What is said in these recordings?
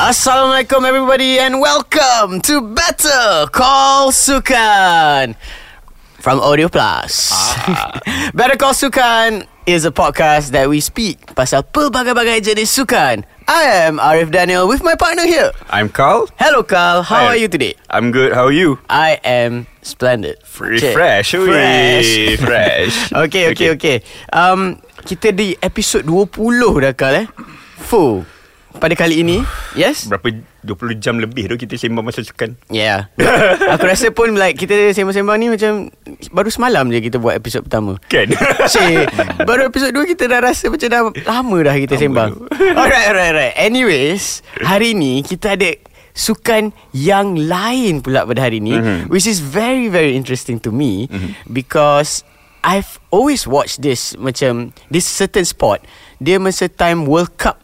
Assalamualaikum everybody and welcome to Better Call Sukan from Audio Plus. Better Call Sukan is a podcast that we speak pasal pelbagai-bagai jenis sukan. I am Arif Daniel with my partner here. I'm Carl. Hello Carl, how Hi. are you today? I'm good. How are you? I am splendid. Okay. Refresh. Fresh. Fresh. Fresh. Okay, okay, okay. Um, kita di episod 20 dah Carl eh. Fuh. Pada kali ini, yes? Berapa 20 jam lebih tu kita sembang pasal sukan. Yeah Aku rasa pun like Kita sembang-sembang ni macam Baru semalam je kita buat episod pertama Kan? Cik Baru episod 2 kita dah rasa macam dah Lama dah kita sembang Alright alright alright Anyways Hari ni kita ada Sukan yang lain pula pada hari ni mm-hmm. Which is very very interesting to me mm-hmm. Because I've always watched this Macam This certain sport Dia masa time World Cup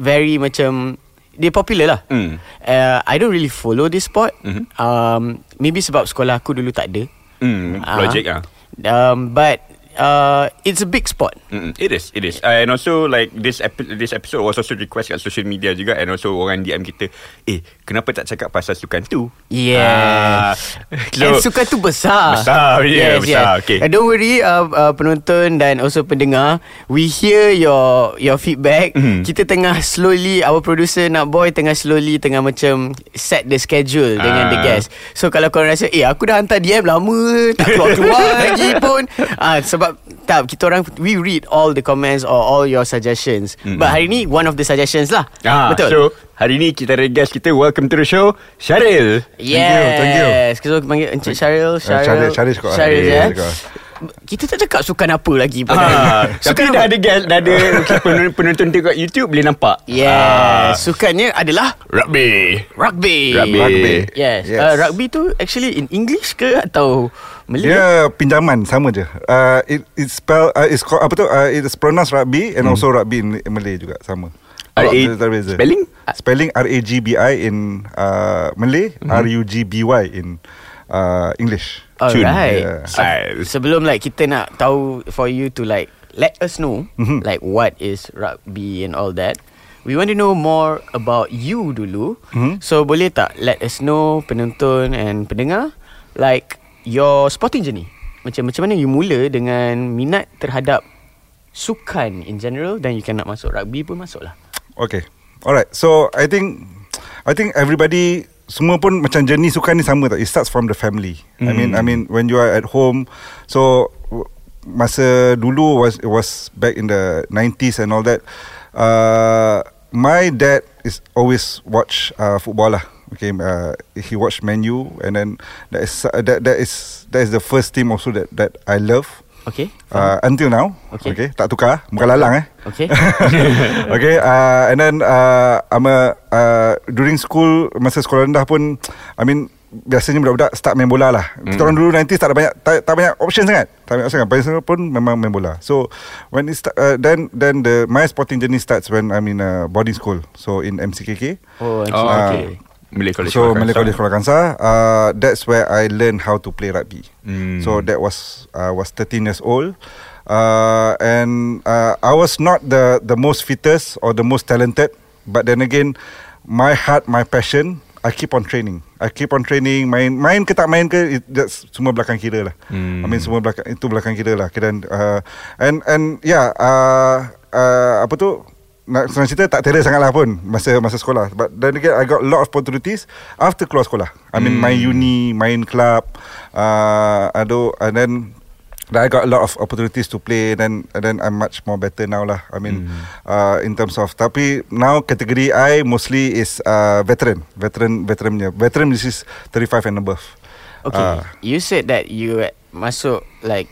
Very macam Dia popular lah Mm. uh, I don't really follow this sport mm-hmm. um, Maybe sebab sekolah aku dulu tak ada Hmm, project ah. Uh-huh. Um, but uh, it's a big sport. Mm-mm. It is, it is. Uh, and also like this epi- this episode was also request kat social media juga and also orang DM kita, eh kenapa tak cakap pasal sukan tu? Yeah. Ah, so, And sukan tu besar. Besar, yeah, besar, okay. And don't worry, uh, uh, penonton dan also pendengar, we hear your your feedback. Mm-hmm. Mm. Kita tengah slowly, our producer nak boy tengah slowly tengah macam set the schedule dengan Ah. the guest. So kalau korang rasa, eh aku dah hantar DM lama, tak keluar-keluar lagi pun. Ah uh, sebab tak kita orang we read all the comments or all your suggestions. Mm. But hari ni one of the suggestions lah. Mm-hmm. Ah, Betul. So hari ni kita ada guest kita Welcome to the show Syaril Yes thank you. Kita panggil Encik Syaril Syaril, Syaril Syaril sekolah. Syaril Syaril eh. sekolah. Kita tak cakap sukan apa lagi pada hari ni. Ah, Tapi dah ada guest Dah ada penonton, penonton tengok YouTube Boleh nampak Ah. Yes Sukannya adalah Rugby Rugby Rugby. Rugby. Yes, yes. Yes. Uh, Rugby tu actually in English ke Atau Melayu Dia pinjaman sama je. Uh, it it's spell uh, it's called, apa tu? Uh, it's pronounced rugby and hmm. also rugby in Malay juga sama. R A Tak beza. spelling? Spelling R A G B I in uh, Malay, R U G B Y in uh, English. Alright Yeah. Se- Sebelum like kita nak tahu For you to like Let us know mm-hmm. Like what is rugby and all that We want to know more about you dulu mm-hmm. So boleh tak let us know Penonton and pendengar Like your sporting journey Macam macam mana you mula dengan minat terhadap Sukan in general Dan you can nak masuk rugby pun masuk lah Okay. Alright. So I think I think everybody semua pun macam journey sukan ni sama tak. It starts from the family. Mm. I mean I mean when you are at home so w- masa dulu was it was back in the 90s and all that. Uh my dad is always watch uh, football lah. Okay, uh, he watched Menu and then that is uh, that that is that is the first team also that that I love. Okay Uh, until now Okay. okay. okay Tak tukar Bukan lalang eh Okay okay, uh, and then uh, I'm a, uh, during school masa sekolah rendah pun I mean biasanya budak-budak start main bola lah. Mm. Kita orang dulu nanti tak ada banyak tak, tak banyak option sangat. Tak banyak option sangat. Paling senang pun memang main bola. So when it start, uh, then then the my sporting journey starts when I'm in a boarding school. So in MCKK. Oh, Oh, okay. okay. Malay College. Ah. So Kuala Malay College Kangsar. Kuala Kangsar uh, That's where I learned how to play rugby Mm. So that was I was 13 years old uh, And uh, I was not the the most fittest Or the most talented But then again My heart, my passion I keep on training I keep on training Main main ke tak main ke it, That's semua belakang kira lah Mm. I mean semua belakang Itu belakang kira lah Kira, uh, And and yeah uh, uh, Apa tu nak senang cerita tak terer sangat lah pun masa masa sekolah but then again I got a lot of opportunities after keluar sekolah I mean main uni main club uh, ado and then That I got a lot of opportunities to play then and then I'm much more better now lah. I mean uh, in terms of tapi now category I mostly is uh, veteran, veteran veteran punya. Veteran this is 35 and above. Okay Ah. You said that you at- masuk like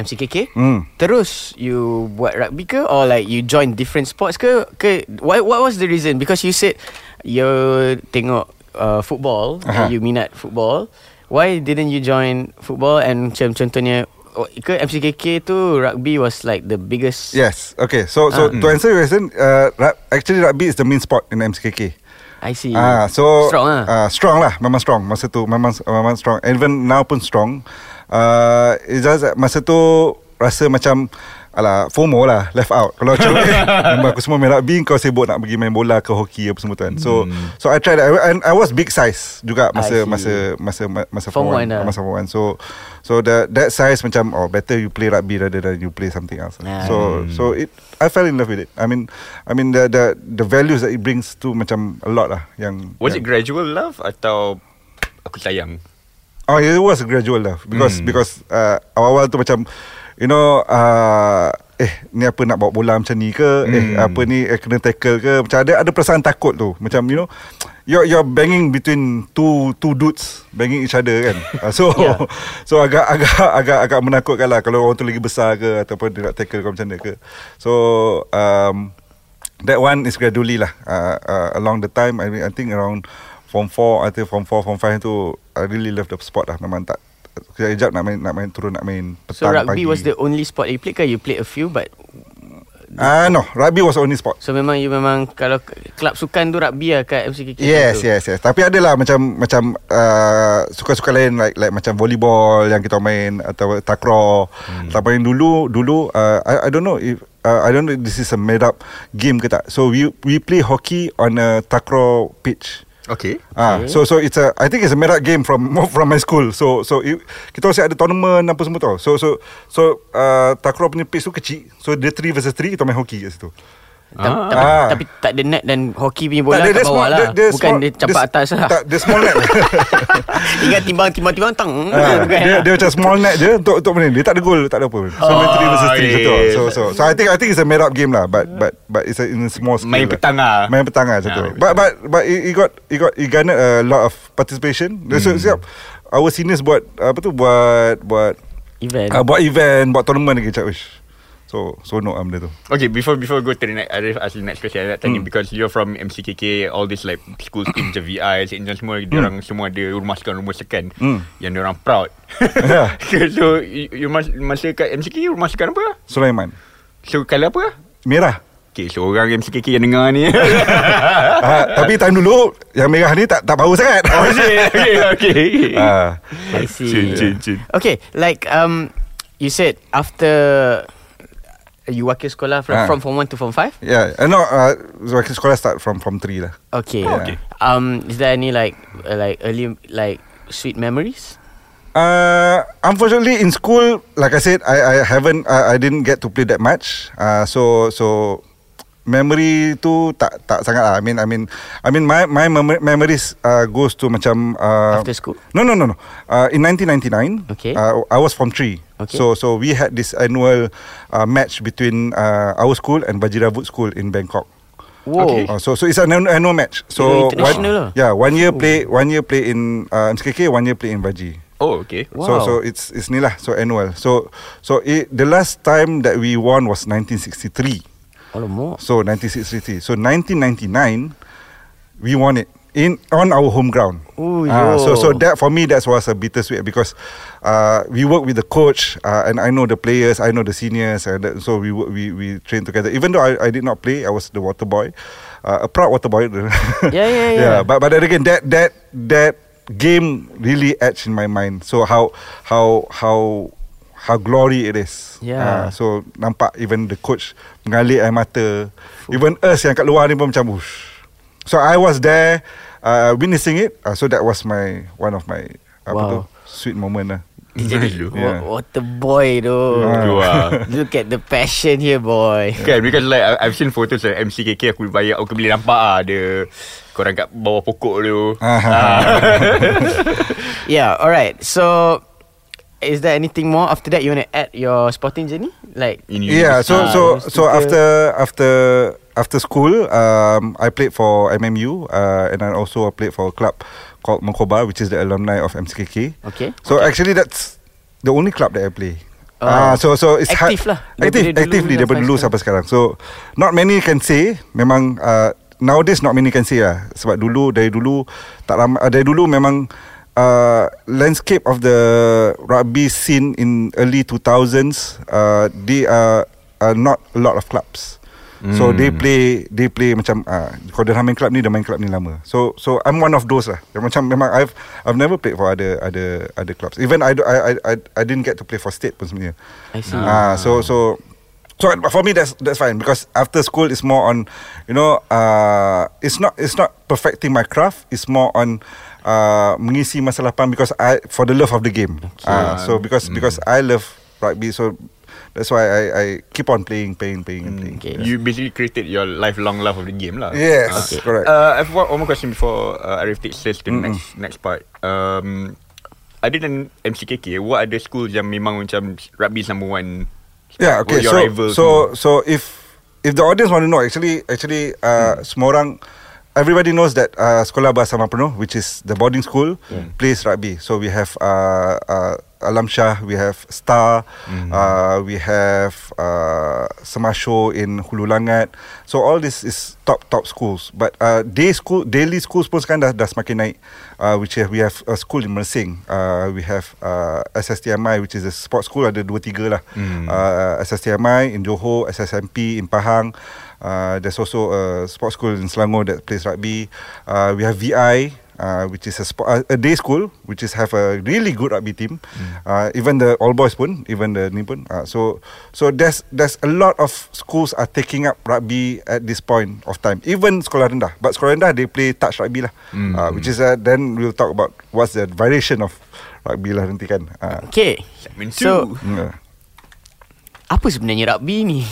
MCKK Hmm. Terus you buat rugby ke Or like you join different sports ke, ke what, what was the reason Because you said You tengok uh, football uh-huh. And Aha. you minat football Why didn't you join football And macam contohnya oh, Ke MCKK tu Rugby was like the biggest Yes. Okay. So so Ah. to answer your question uh, rug- actually rugby is the main sport in MCKK. I see Ah, so Strong lah ah, strong lah, memang strong masa tu, memang memang Ah, strong. And even now pun strong. Uh, it's just that masa tu rasa macam Alah FOMO lah Left out Kalau macam eh, Memang aku semua main rugby Kau sibuk nak pergi main bola Ke hoki apa semua tu kan So So I tried that And I was big size Juga Hmm. I masa see. Masa Masa Masa Form form one one lah. Masa form one So So that that size macam Oh better you play rugby Rather than you play something else Yeah. So Hmm. So it I fell in love with it I mean I mean the the the values that it brings to Macam a lot lah Yang Was it yang, gradual love atau aku sayang? Oh, it was a gradual lah Hmm. because mm. because uh, awal-awal tu macam you know uh, eh ni apa nak bawa bola macam ni ke mm. eh Hmm. apa ni eh, kena tackle ke macam ada ada perasaan takut tu macam you know you're you're banging between two two dudes banging each other kan uh, so Yeah. yeah. so agak agak agak agak menakutkan lah kalau orang tu lagi besar ke ataupun dia nak tackle kau macam mana ke so um, that one is gradually lah uh, uh, along the time I mean, I think around form 4 I think form 4 form 5 tu I really love the sport lah memang tak kejap nak main nak main turun nak main So petang rugby pagi. was the only sport you played ke? You played a few but Ah uh, no, rugby was only sport. So memang you memang kalau klub sukan tu rugby lah kat MCKK Yes, tu. yes, yes. Tapi ada lah macam macam uh, suka-suka lain like like macam volleyball yang kita main atau takraw. Hmm. Atau main dulu dulu uh, I, I don't know if uh, I don't know if this is a made up game ke tak. So we we play hockey on a takraw pitch. Okay. Ah, so so it's a I think it's a made up game from from my school. So so it, kita masih ada tournament apa semua tau. So so so uh, takraw punya pitch tu kecil. So dia 3 versus 3 kita main hockey kat situ. Ta- Ah. tapi, tapi tak ada net dan hoki punya bola kat dia- dia bawah small- lah. dia- dia Bukan small- dia campak dia- atas lah. Tak, dia small net. Ingat timbang-timbang-timbang tang. Ah, Bukan dia, lah. dia macam small net je untuk untuk main. Dia tak ada gol, tak ada apa. So main 3 versus Ah, 3 yes. betul. So so so I think I think it's a made up game lah but but but it's a, in a small scale. Main lah. petang lah. Main petang lah macam Ah, tu. main But but but it, it got it got it garnered a lot of participation. Hmm. So siap our seniors buat apa tu buat buat Event. ah, buat event, buat tournament lagi cak wish. So so no am dia tu. Okay, before before we go to the next, Arif ask the next question. I nak tanya Hmm. because you're from MCKK, all this like school team macam VI, St. John semua, mm. orang semua ada rumah sekan, rumah sekan. Hmm. Yang orang proud. Yeah. so, you, you mas, masa kat MCKK, rumah sekan apa? Sulaiman. So, kalau apa? Merah. Okay, so orang MCKK yang dengar ni. Ah, tapi time dulu yang merah ni tak tak bau sangat. oh, okay, okay, okay. Ah. I Chin, see. chin, chin. Okay, like um, you said after you wakil sekolah from, Ah. from form 1 to form 5? Yeah, uh, no, uh, sekolah start from from 3 lah. Okay. Oh, okay. Um, is there any like uh, like early like sweet memories? Uh, unfortunately, in school, like I said, I I haven't, I, I didn't get to play that much. Uh, so so memory tu tak tak sangat lah. I mean I mean I mean my my mem- memories uh, goes to macam uh, After school? No no no no. Uh, in 1999, Okay. uh, I was from three. Okay. So so we had this annual uh, match between uh, our school and Bajiravut school in Bangkok. Whoa. Okay. Uh, so so it's an annual annual match. So Kira international lah. one, yeah, one year play one year play in uh, MCKK, one year play in Baji. Oh, okay. Wow. So so it's it's ni lah so annual. So so it, the last time that we won was 1963. Alamak. So 1963. So 1999 we won it in on our home ground. Ooh, Ah, so so yo. that for me that was a bittersweet because uh, we work with the coach uh, and I know the players, I know the seniors, and that, so we work, we we train together. Even though I, I did not play, I was the water boy, uh, a proud water boy. yeah, yeah. But but then again, that that that game really etched in my mind. So how how how how glory it is. Yeah. Ah, so nampak even the coach mengalir air mata. Even us yang kat luar ni pun macam ush. So I was there uh, witnessing it. Uh, so that was my one of my apa Wow. tu sweet moment lah. Jadi, Yeah. Yeah. What, the boy though. Tu lah. Look at the passion here, boy. Kan because like I- I've seen photos like MCKK aku banyak aku boleh nampak ah ada korang kat bawah pokok tu. Ah. Yeah, all right. So, is there anything more after that you want to add your sporting journey? Like, In Yeah, so Ah, so university so ke? after after after school, um, I played for MMU uh, and I also played for a club called Mengkoba, which is the alumni of MCKK. okay. So actually that's the only club that I play. Oh. Ah, so so it's Active lah. Daripada Active, dulu actively sampai daripada dulu sekarang. sampai sekarang. So not many can say memang uh, nowadays not many can say lah sebab dulu dari dulu tak ramai uh, dari dulu memang uh, landscape of the rugby scene in early 2000s uh, they are, are not a lot of clubs. So they play They play macam uh, Kalau dia main club ni Dia main club ni lama So so I'm one of those lah Yang macam memang I've I've never played for other Other other clubs Even I do- I I, I, I didn't get to play for state pun sebenarnya I see. Ah, so so So for me that's that's fine because after school it's more on you know uh it's not it's not perfecting my craft it's more on uh mengisi masa lapang because I for the love of the game. Uh, so because because I love rugby so that's why I I keep on playing playing playing and playing. Okay. You basically created your lifelong love of the game lah. Yes, Ah. correct. Uh, I've one, one more question before uh, Arif takes us to the next next part. Um, other than MCKK, what other schools yang memang macam rugby is number one? Yeah, Or okay. your So rivals so semua? so if if the audience want to know actually actually Hmm. uh, semua orang everybody knows that uh, Sekolah Bahasa Mapenuh which is the boarding school Hmm. plays rugby. So we have uh, uh, Alam Shah, we have Star, Hmm. uh, we have uh, Semasho in Hulu Langat. So all this is top top schools. But uh, day school daily schools pun sekarang dah, dah semakin naik. Uh, which have, we have a school in Mersing. Uh, we have uh, SSTMI which is a sports school ada dua tiga lah. Uh, SSTMI in Johor, SSMP in Pahang. Uh, there's also a sports school in Selangor that plays rugby. Uh, we have VI uh, which is a, spo- uh, a day school which is have a really good rugby team uh, even the all boys pun even the ni pun uh, so so there's there's a lot of schools are taking up rugby at this point of time even sekolah rendah but sekolah rendah they play touch rugby lah uh, which is uh, then we'll talk about what's the variation of rugby lah nanti kan uh, Okay Segment So two. yeah. Apa sebenarnya rugby ni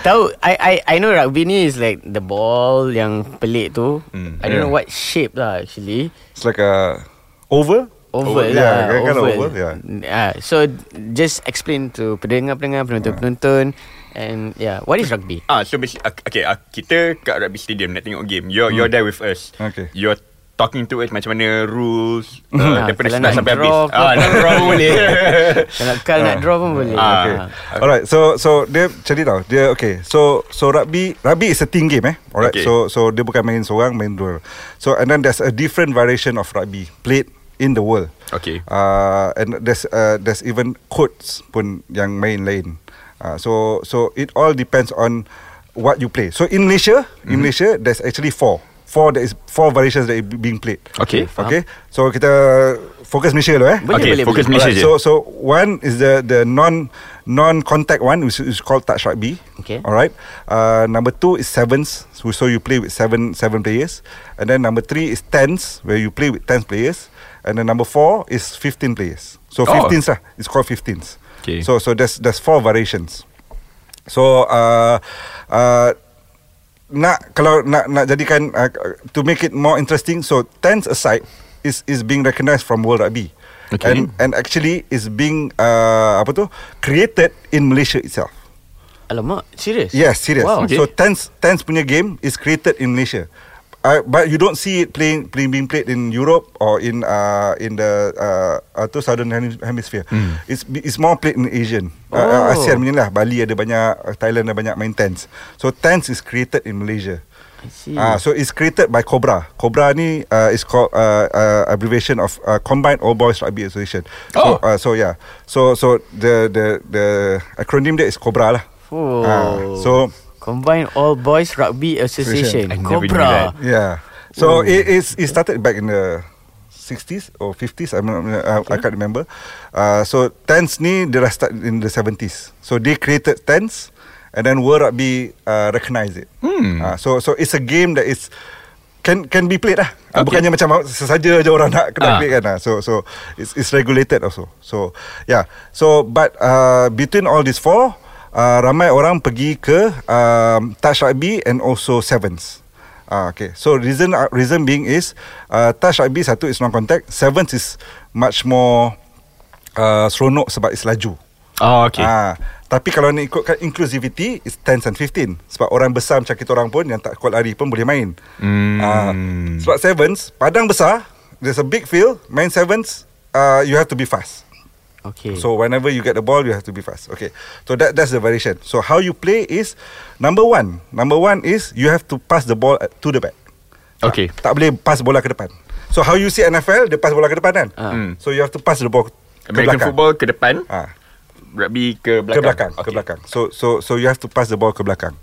Tahu I, I I know rugby ni is like The ball yang pelik tu Hmm. I don't know what Yeah. shape lah actually it's like a oval Oval Oval, lah yeah, kind of oval, yeah. Ah, So just explain to Pendengar-pendengar Hmm. Penonton-penonton And yeah What is rugby? Ah, so basically, ah, okay, ah, kita kat rugby stadium nak tengok game. You're Hmm. you're there with us. Okay. You're talking to us macam mana rules Ah, uh, daripada kalau start nak sampai habis. draw ke Ah, nak draw pun boleh. Kalau kal nak draw pun boleh Ah, Okay. Ah. Alright. So so dia cari tau. Dia okay. So so rugby rugby is a team game eh. Alright. Okay. So so dia bukan main seorang main dua. So and then there's a different variation of rugby played in the world. Okay. Uh, and there's uh, there's even codes pun yang main lain. Uh, so so it all depends on what you play. So in Malaysia, mm-hmm. in Malaysia there's actually four. Four that is four variations that is being played. Okay, faham. Okay. So kita fokus Malaysia dulu eh. Boleh, okay, boleh, fokus boleh. Malaysia Alright, je. So so one is the the non non contact one which is called touch rugby. Okay. All right. Uh, number two is sevens. So, so you play with seven seven players, and then number three is tens where you play with ten players, and then number four is fifteen players. So Oh. fifteens lah. It's called fifteens. Okay. So so there's there's four variations. So uh, uh, nak kalau nak nak jadikan uh, to make it more interesting so tens aside is is being recognized from World Rugby. Okay. And and actually is being uh, apa tu created in Malaysia itself. Alamak Serious? Yes, serious. Wow So tens tens punya game is created in Malaysia. Uh, but you don't see it playing, playing being played in Europe or in uh, in the uh, atau southern Hem- hemisphere. It's it's more played in Asian. Hmm. Oh. Uh, ASEAN punya lah. Bali ada banyak, uh, Thailand ada banyak main tens. So tens is created in Malaysia. I see. Ah, so it's created by Cobra. Cobra ni uh, is called uh, uh, abbreviation of uh, Combined All Boys Rugby Association. Oh. So, uh, so yeah. So so the the the acronym dia is Cobra lah. Oh. Ah, so Combine All Boys Rugby Association I never knew Cobra yeah. So it is it started back in the 60s or 50s I'm not, uh, I can't remember. Uh, so tens ni dia dah start in the 70s. So they created tens and then World Rugby uh, recognize it. Hmm. Uh, so so it's a game that is can can be played lah. Okay. Okay. Bukannya macam sesaja je orang Ah. nak kena play kan. Ah. So so it's it's regulated also. So yeah. So but uh, between all these four uh, ramai orang pergi ke um, touch rugby and also sevens. Ah, okay. So reason uh, reason being is uh, touch rugby satu is non contact, sevens is much more uh, seronok sebab is laju. Oh, okay. Ah, tapi kalau nak ikutkan inclusivity It's 10 and 15 Sebab orang besar macam kita orang pun Yang tak kuat lari pun boleh main Hmm. ah, Sebab sevens Padang besar There's a big field Main sevens uh, You have to be fast Okay Hmm. So whenever you get the ball, you have to be fast. Okay, so that that's the variation. So how you play is number one. Number one is you have to pass the ball at- to the back. Okay. Tak, tak boleh pass bola ke depan. So how you see NFL, dia pass bola ke depan kan? Ah. Hmm. So you have to pass the ball ke American belakang. football ke depan, Ah, rugby ke belakang. ke belakang, Okay. ke belakang. So so so you have to pass the ball ke belakang.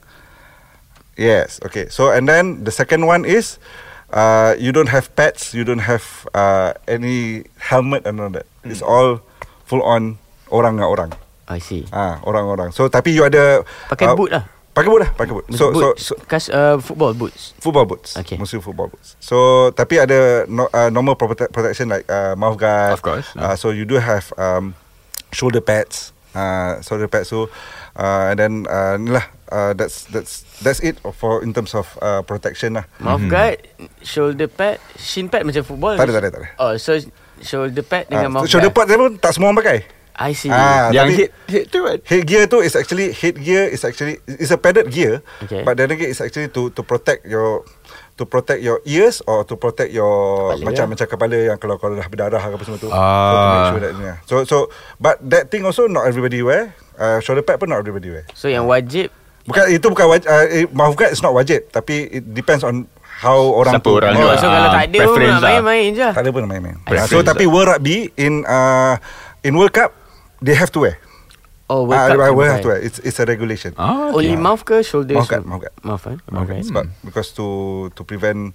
Yes, okay. So and then the second one is uh, you don't have pads, you don't have uh, any helmet and all that. It's all full on orang dengan orang. I see. Ah, orang-orang. So tapi you ada uh, Pakai boot lah. Pakai boot lah, pakai boot. So, so, boots. so Kas, uh, football boots. football boots. Okay. Mostly football boots. So tapi ada no, uh, normal prote- protection like uh, mouth guard. Of course. Uh, so you do have um, shoulder pads. Uh, shoulder pads so uh, and then uh, ni lah uh, that's that's that's it for in terms of uh, protection lah. Mouth guard, shoulder pad, shin pad macam football. Tak ada, tak ada, tak ada. Oh, so shoulder pad dengan Ah, mouth shoulder guard. pad dia pun tak semua orang pakai. I see. Ah, Yang tapi- hit hit tu kan. Headgear tu is actually headgear is actually is a padded gear, Okay. but then again it's actually to to protect your to protect your ears or to protect your Kepala. kepala. macam macam kepala yang kalau kalau dah berdarah ke apa semua tu. So to make Ah. sure that ni lah. So so but that thing also not everybody wear. Uh, shoulder pad pun not everybody wear. So yang wajib Bukan itu bukan wajib, uh, eh, mouth guard is not wajib tapi it depends on how orang Siapa orang Oh, tu so Ah, kalau tak ada pun preference nak lah. main-main je. Tak ada pun main-main. Preference So lah. tapi World Rugby in uh, in World Cup they have to wear. Oh, World Ah, Cup. uh, tu World have to bukan. wear. It's it's a regulation. Ah, Only mouth ke shoulder? Mouth guard, mouth guard. Mouth eh? guard. Okay. Sebab Hmm. because to to prevent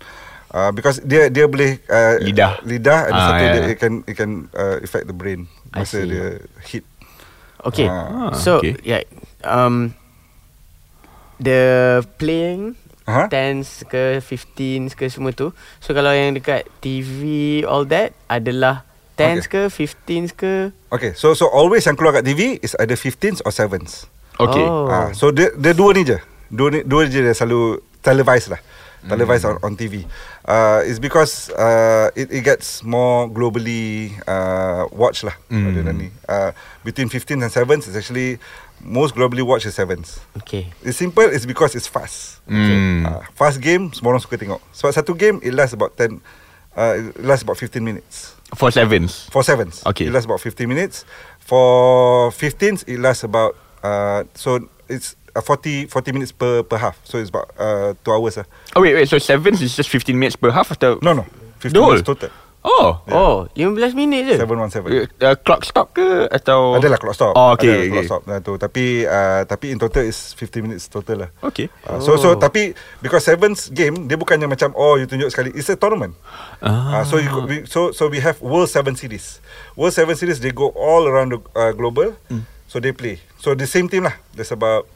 uh, because dia dia boleh uh, Lidah. lidah and Ah, satu ya. dia it can it can uh, affect the brain I masa see. dia hit. Okay. Ah, so okay. yeah, um, the playing Aha. tens ke fifteens ke semua tu. So kalau yang dekat TV all that adalah tens ke fifteens ke. Okay, so so always yang keluar kat TV is either 15s or 7s. Okay. Oh. Oh. Uh, so dia dia dua ni je. Dua ni dua je dia selalu televised lah. Televised Hmm. on, on TV. Uh, it's because uh, it, it gets more globally uh, watched lah. Mm. Mm. Ni. Uh, between 15 and 7s is actually most globally watched is 7s. Okay. It's simple It's because it's fast Hmm. uh, Fast game Semua orang suka tengok Sebab satu game It lasts about 10 uh, It lasts about 15 minutes For sevens. For sevens Okay. It lasts about 15 minutes For 15s It lasts about uh, So it's uh, 40 40 minutes per per half So it's about uh, 2 hours lah Oh wait, wait. So sevens is just 15 minutes per half atau? No no 15 The whole? minutes total Oh. Oh, 15 minit je. 717 Uh, clock stop ke atau? Adalah clock stop Oh, okay. Adalah okay. clock stop lah tu. Tapi uh, Tapi in total is 15 minutes total lah Okay. Uh, so Oh. so tapi because sevens game dia bukannya macam oh you tunjuk sekali it's a tournament. Ah. Uh, so you, could- we, so so we have World Seven Series. World Seven Series they go all around the uh, global. Mm. So they play. So the same team lah. There's about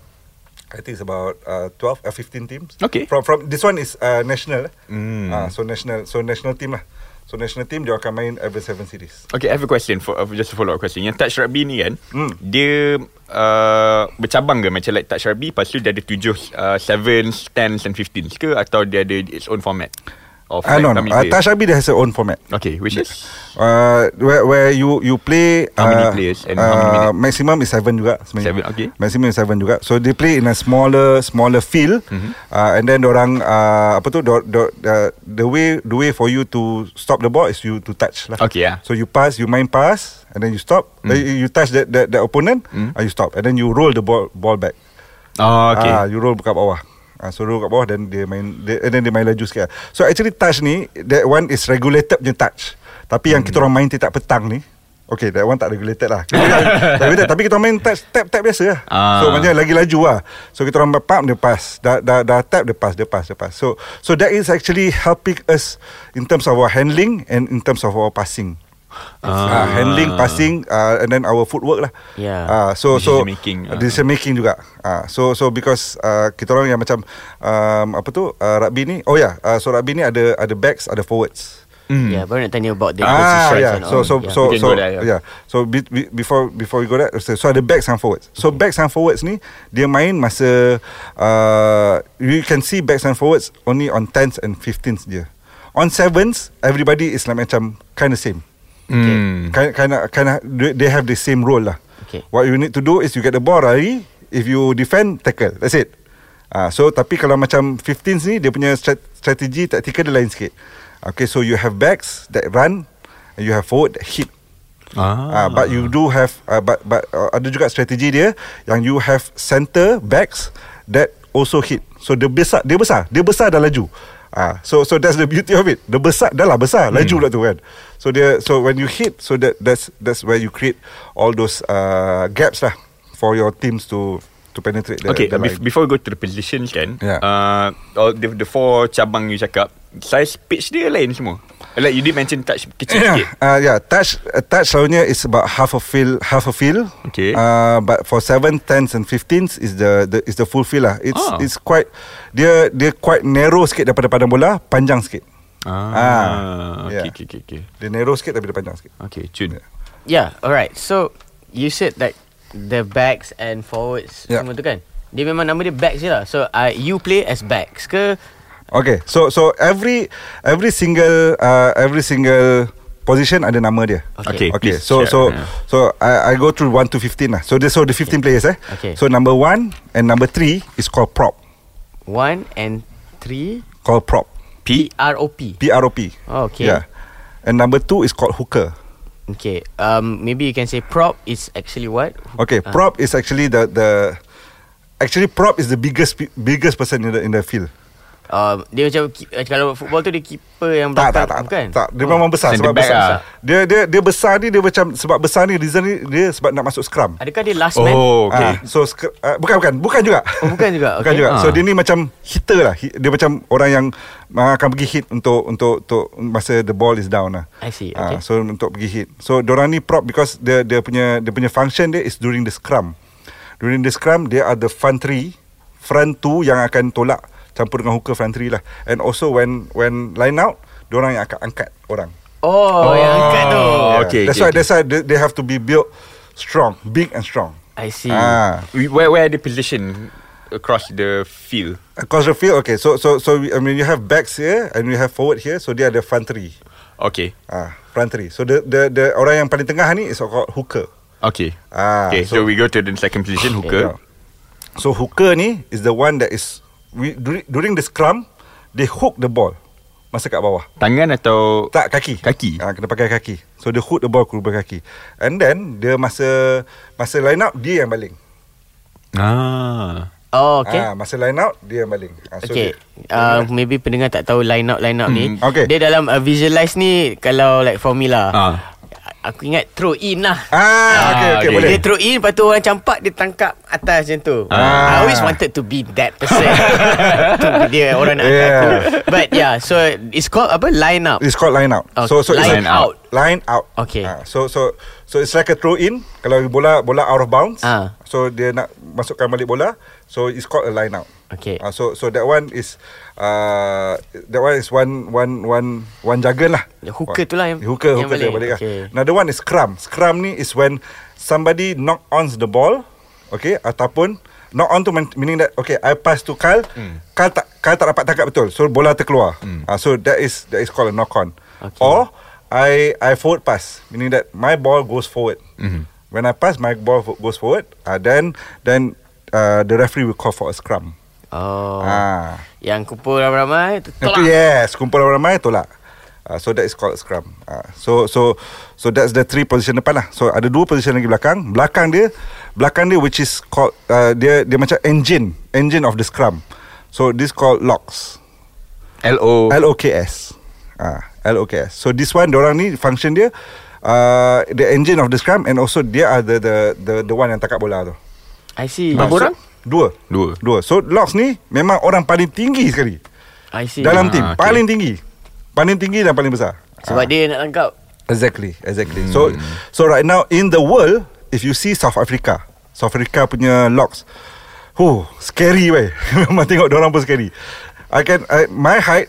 I think it's about uh, 12 or 15 teams. Okay. From from this one is uh, national. Mm. Ah uh, so national so national team lah. So national team dia akan main every seven series. Okay, I have a question for uh, just a follow up question. Yang touch rugby ni kan, Hmm. dia uh, bercabang ke macam like touch rugby, lepas tu dia ada tujuh, uh, sevens, tens and fifteens ke atau dia ada its own format? Of Ah uh, like no, how no. many Uh, players? Touch Rugby dia has their own format. Okay, which is? Uh, where where you you play How many uh, players and how many minutes? maximum is seven juga sebenarnya. Seven, okay. Maximum is seven juga. So they play in a smaller smaller field mm-hmm. uh, and then orang uh, apa tu dor, dor, uh, the way the way for you to stop the ball is you to touch lah. Okay, yeah. So you pass, you main pass and then you stop. Mm. Uh, you, you touch that that, that opponent, mm. uh, you stop and then you roll the ball ball back. Oh, okay. Ah, you roll kat bawah. Ah, so roll kat bawah dan dia main dia, and then dia main laju sikit. lah. So actually touch ni that one is regulated punya touch. Tapi yang kita orang main tiap petang ni Okay, that one tak regulated lah Tapi, tapi, tapi kita orang main touch, tap, tap biasa lah Ah. So macam lagi laju lah So kita orang pump, dia pass Dah, dah, dah tap, dia pass, dia pass, dia pass So so that is actually helping us In terms of our handling And in terms of our passing ah. Handling, passing uh, And then our footwork lah Yeah. Ah, So Decision so making, ah. Decision decision making juga. Ah, so so because uh, kita orang yang macam um, apa tu uh, rugby ni. Oh ya, yeah, uh, so rugby ni ada ada backs, ada forwards. Hmm. Yeah, baru nak tanya about the Ah, positions yeah. and So all. so Yeah. so We can so go there, yeah. yeah. So be, be, before before we go there, so, so ada backs and forwards. So backs and forwards ni dia main masa uh, you can see backs and forwards only on 10s and 15s je. On sevens, everybody is like macam kind of same. Hmm. Kind kind of, kind of, they have the same role lah. Okay. What you need to do is you get the ball Rari. If you defend, tackle. That's it. Ah, so tapi kalau macam 15s ni dia punya strat- strategi taktikal dia lain sikit. Okay, so you have backs that run and you have forward that hit. Ah, but you do have uh, but but uh, ada juga strategi dia yang you have center backs that also hit. So dia besar, dia besar, dia besar dan laju. Ah, so so that's the beauty of it. Dia besar dah lah besar, laju Hmm. lah tu kan. So dia so when you hit so that that's that's where you create all those uh, gaps lah for your teams to to penetrate the, Okay, the bef- line. before we go to the positions kan, Yeah. uh, all the, the four cabang you cakap, size pitch dia lain semua. Like you did mention touch kecil sikit. Uh, yeah, touch uh, touch selalunya is about half a fill, half a fill. Okay. Uh, but for seven, tens and fifteens is the, the is the full fill lah. It's Ah. it's quite dia dia quite narrow sikit daripada padang bola, panjang sikit. Ah, yeah. okay, okay, okay, okay. Dia narrow sikit tapi dia panjang sikit. Okay, Chun. Yeah, alright. So you said that the backs and forwards Yeah. yeah. semua tu kan. Dia memang nama dia backs je lah. So uh, you play as backs ke? Okay, so so every every single uh, every single position ada nama dia. Okay. Okay, please so share. so Yeah. so I I go through 1 to 15 lah. So there's so the 15 players eh. Okay. So number 1 and number 3 is called prop. One and three. Called prop. P. R O P. P R O P. Oh, okay. Yeah. And number 2 is called hooker. Okay. Um, maybe you can say prop is actually what? Okay, Ah. prop is actually the the actually prop is the biggest pe- biggest person in the in the field. Um, dia macam ki- eh, kalau football tu dia keeper yang Tak belakang, tak tak, bukan? Oh. tak. Dia memang besar Centre sebab back besar. lah. Dia dia dia besar ni dia macam sebab besar ni reason ni dia sebab nak masuk scrum. Adakah dia last man? Oh, okay. Ah, so scr- uh, bukan bukan bukan juga. Oh, bukan juga, bukan okay. juga. So Ah. dia ni macam hitter lah. Hi- Dia macam orang yang uh, akan pergi hit untuk untuk untuk masa the ball is down lah. I see, Ah, okay. so untuk pergi hit. So orang ni prop because dia dia punya dia punya function dia is during the scrum. During the scrum dia ada front three, front two yang akan tolak campur dengan hooker front three lah. And also when when line out, orang yang akan angkat orang. Oh, oh, yang angkat tu. Oh, okay, that's okay, why okay. that's why they, they have to be built strong, big and strong. I see. Ah. We- Where where are the position across the field? Across the field, okay. So so so we, I mean you have backs here and you have forward here. So dia ada front three. Okay. Ah, front three. So the the the orang yang paling tengah ni is called hooker. Okay. Ah, okay, so, so- we go to the second position, hooker. Yeah. So hooker ni is the one that is we during, during the scrum they hook the ball masa kat bawah. Tangan atau Tak kaki. Kaki? Ah, kena pakai kaki. So dia hook the ball keluar kaki. And then dia masa masa line up dia yang baling. Ah. Oh, okay. Ah, masa line out dia yang baling. Ah, so Okay dia- uh, Maybe pendengar tak tahu Line up line up ni Hmm, okay. Dia dalam uh, visualize ni Kalau like formula Ah. Aku ingat throw in lah Ah, okay, okay, okay. boleh. Dia throw in Lepas tu orang campak Dia tangkap atas macam tu Ah. I always wanted to be that person tu Dia orang nak angkat aku Yeah. But yeah So it's called apa Line up It's called line out. Okay, So so it's line like- out. Line out. Okay. Ah, so so so it's like a throw in. Kalau bola bola out of bounds. Ah. So dia nak masukkan balik bola. So it's called a line out. Okay. Ah, so so that one is uh, that one is one one one one jargon lah. The hooker tu lah yang- hooker yang hooker tu balik. balik lah. Okay. Another one is scrum. Scrum ni is when somebody knock on the ball. Okay. Ataupun knock on tu men- meaning that okay I pass to Kyle. Mm. Kyle tak Kyle tak dapat tangkap betul. So bola terkeluar. Mm. Uh, so that is that is called a knock on. Okay. Or I I forward pass meaning that my ball goes forward. Mm-hmm. When I pass my ball fo- goes forward, uh, then then uh, the referee will call for a scrum. Oh Ah. Yang kumpul ramai-ramai tu Tolak. Tolak Yes, kumpul ramai-ramai tolak. Uh, so that is called scrum. Uh, so so so that's the three position depan lah. So ada dua position lagi belakang. Belakang dia, belakang dia which is called uh, dia dia macam engine, engine of the scrum. So this called locks. L O. L O K S. Ah, L O K S. So this one orang ni function dia uh, the engine of the scrum and also dia are the the the, the one yang tangkap bola tu. I see Berapa Ah, so- orang? Dua. Dua. Dua. So locks ni memang orang paling tinggi sekali. I see Ah, Dalam tim okay. Paling tinggi Paling tinggi dan paling besar Sebab dia nak tangkap Exactly Exactly So so right now In the world If you see South Africa South Africa punya locks Huh Scary weh Memang tengok orang pun scary I can I, My height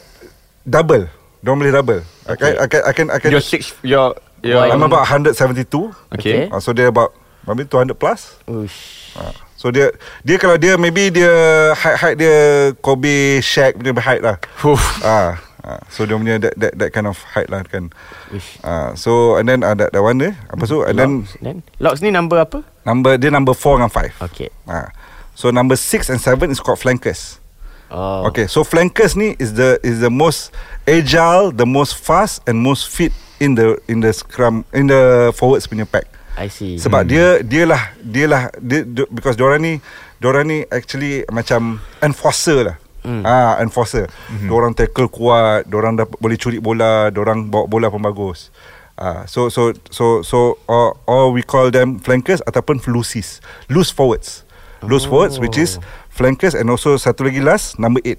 Double Diorang boleh double okay. I can I can I can, I can Your six. Your your. Why I'm about 172 Okay. Okay. uh, So dia about Maybe 200 plus Ush. Ah. So dia Dia kalau dia Maybe dia Height-height dia Kobe Shaq punya height lah Oof. Ah, ah. So dia punya that, that, that kind of height lah kan Ush. ah, So and then uh, that, that one dia Apa tu And then Locks. Then Locks ni number apa? Number Dia number 4 dengan 5 Okay ah. So number 6 and 7 is called flankers Oh Okay so flankers ni Is the is the most Agile The most fast And most fit In the In the scrum In the forwards punya pack I see sebab Hmm. dia dia lah dia lah dia, dia because diorang ni diorang ni actually macam enforcer lah. Hmm. Mm. Ah enforcer. Mm-hmm. Diorang tackle kuat, diorang dapat boleh curi bola, diorang bawa bola pun bagus. Ah so so so so or, or we call them flankers ataupun loosies. Loose forwards. Loose Oh. forwards which is flankers and also satu lagi last number 8.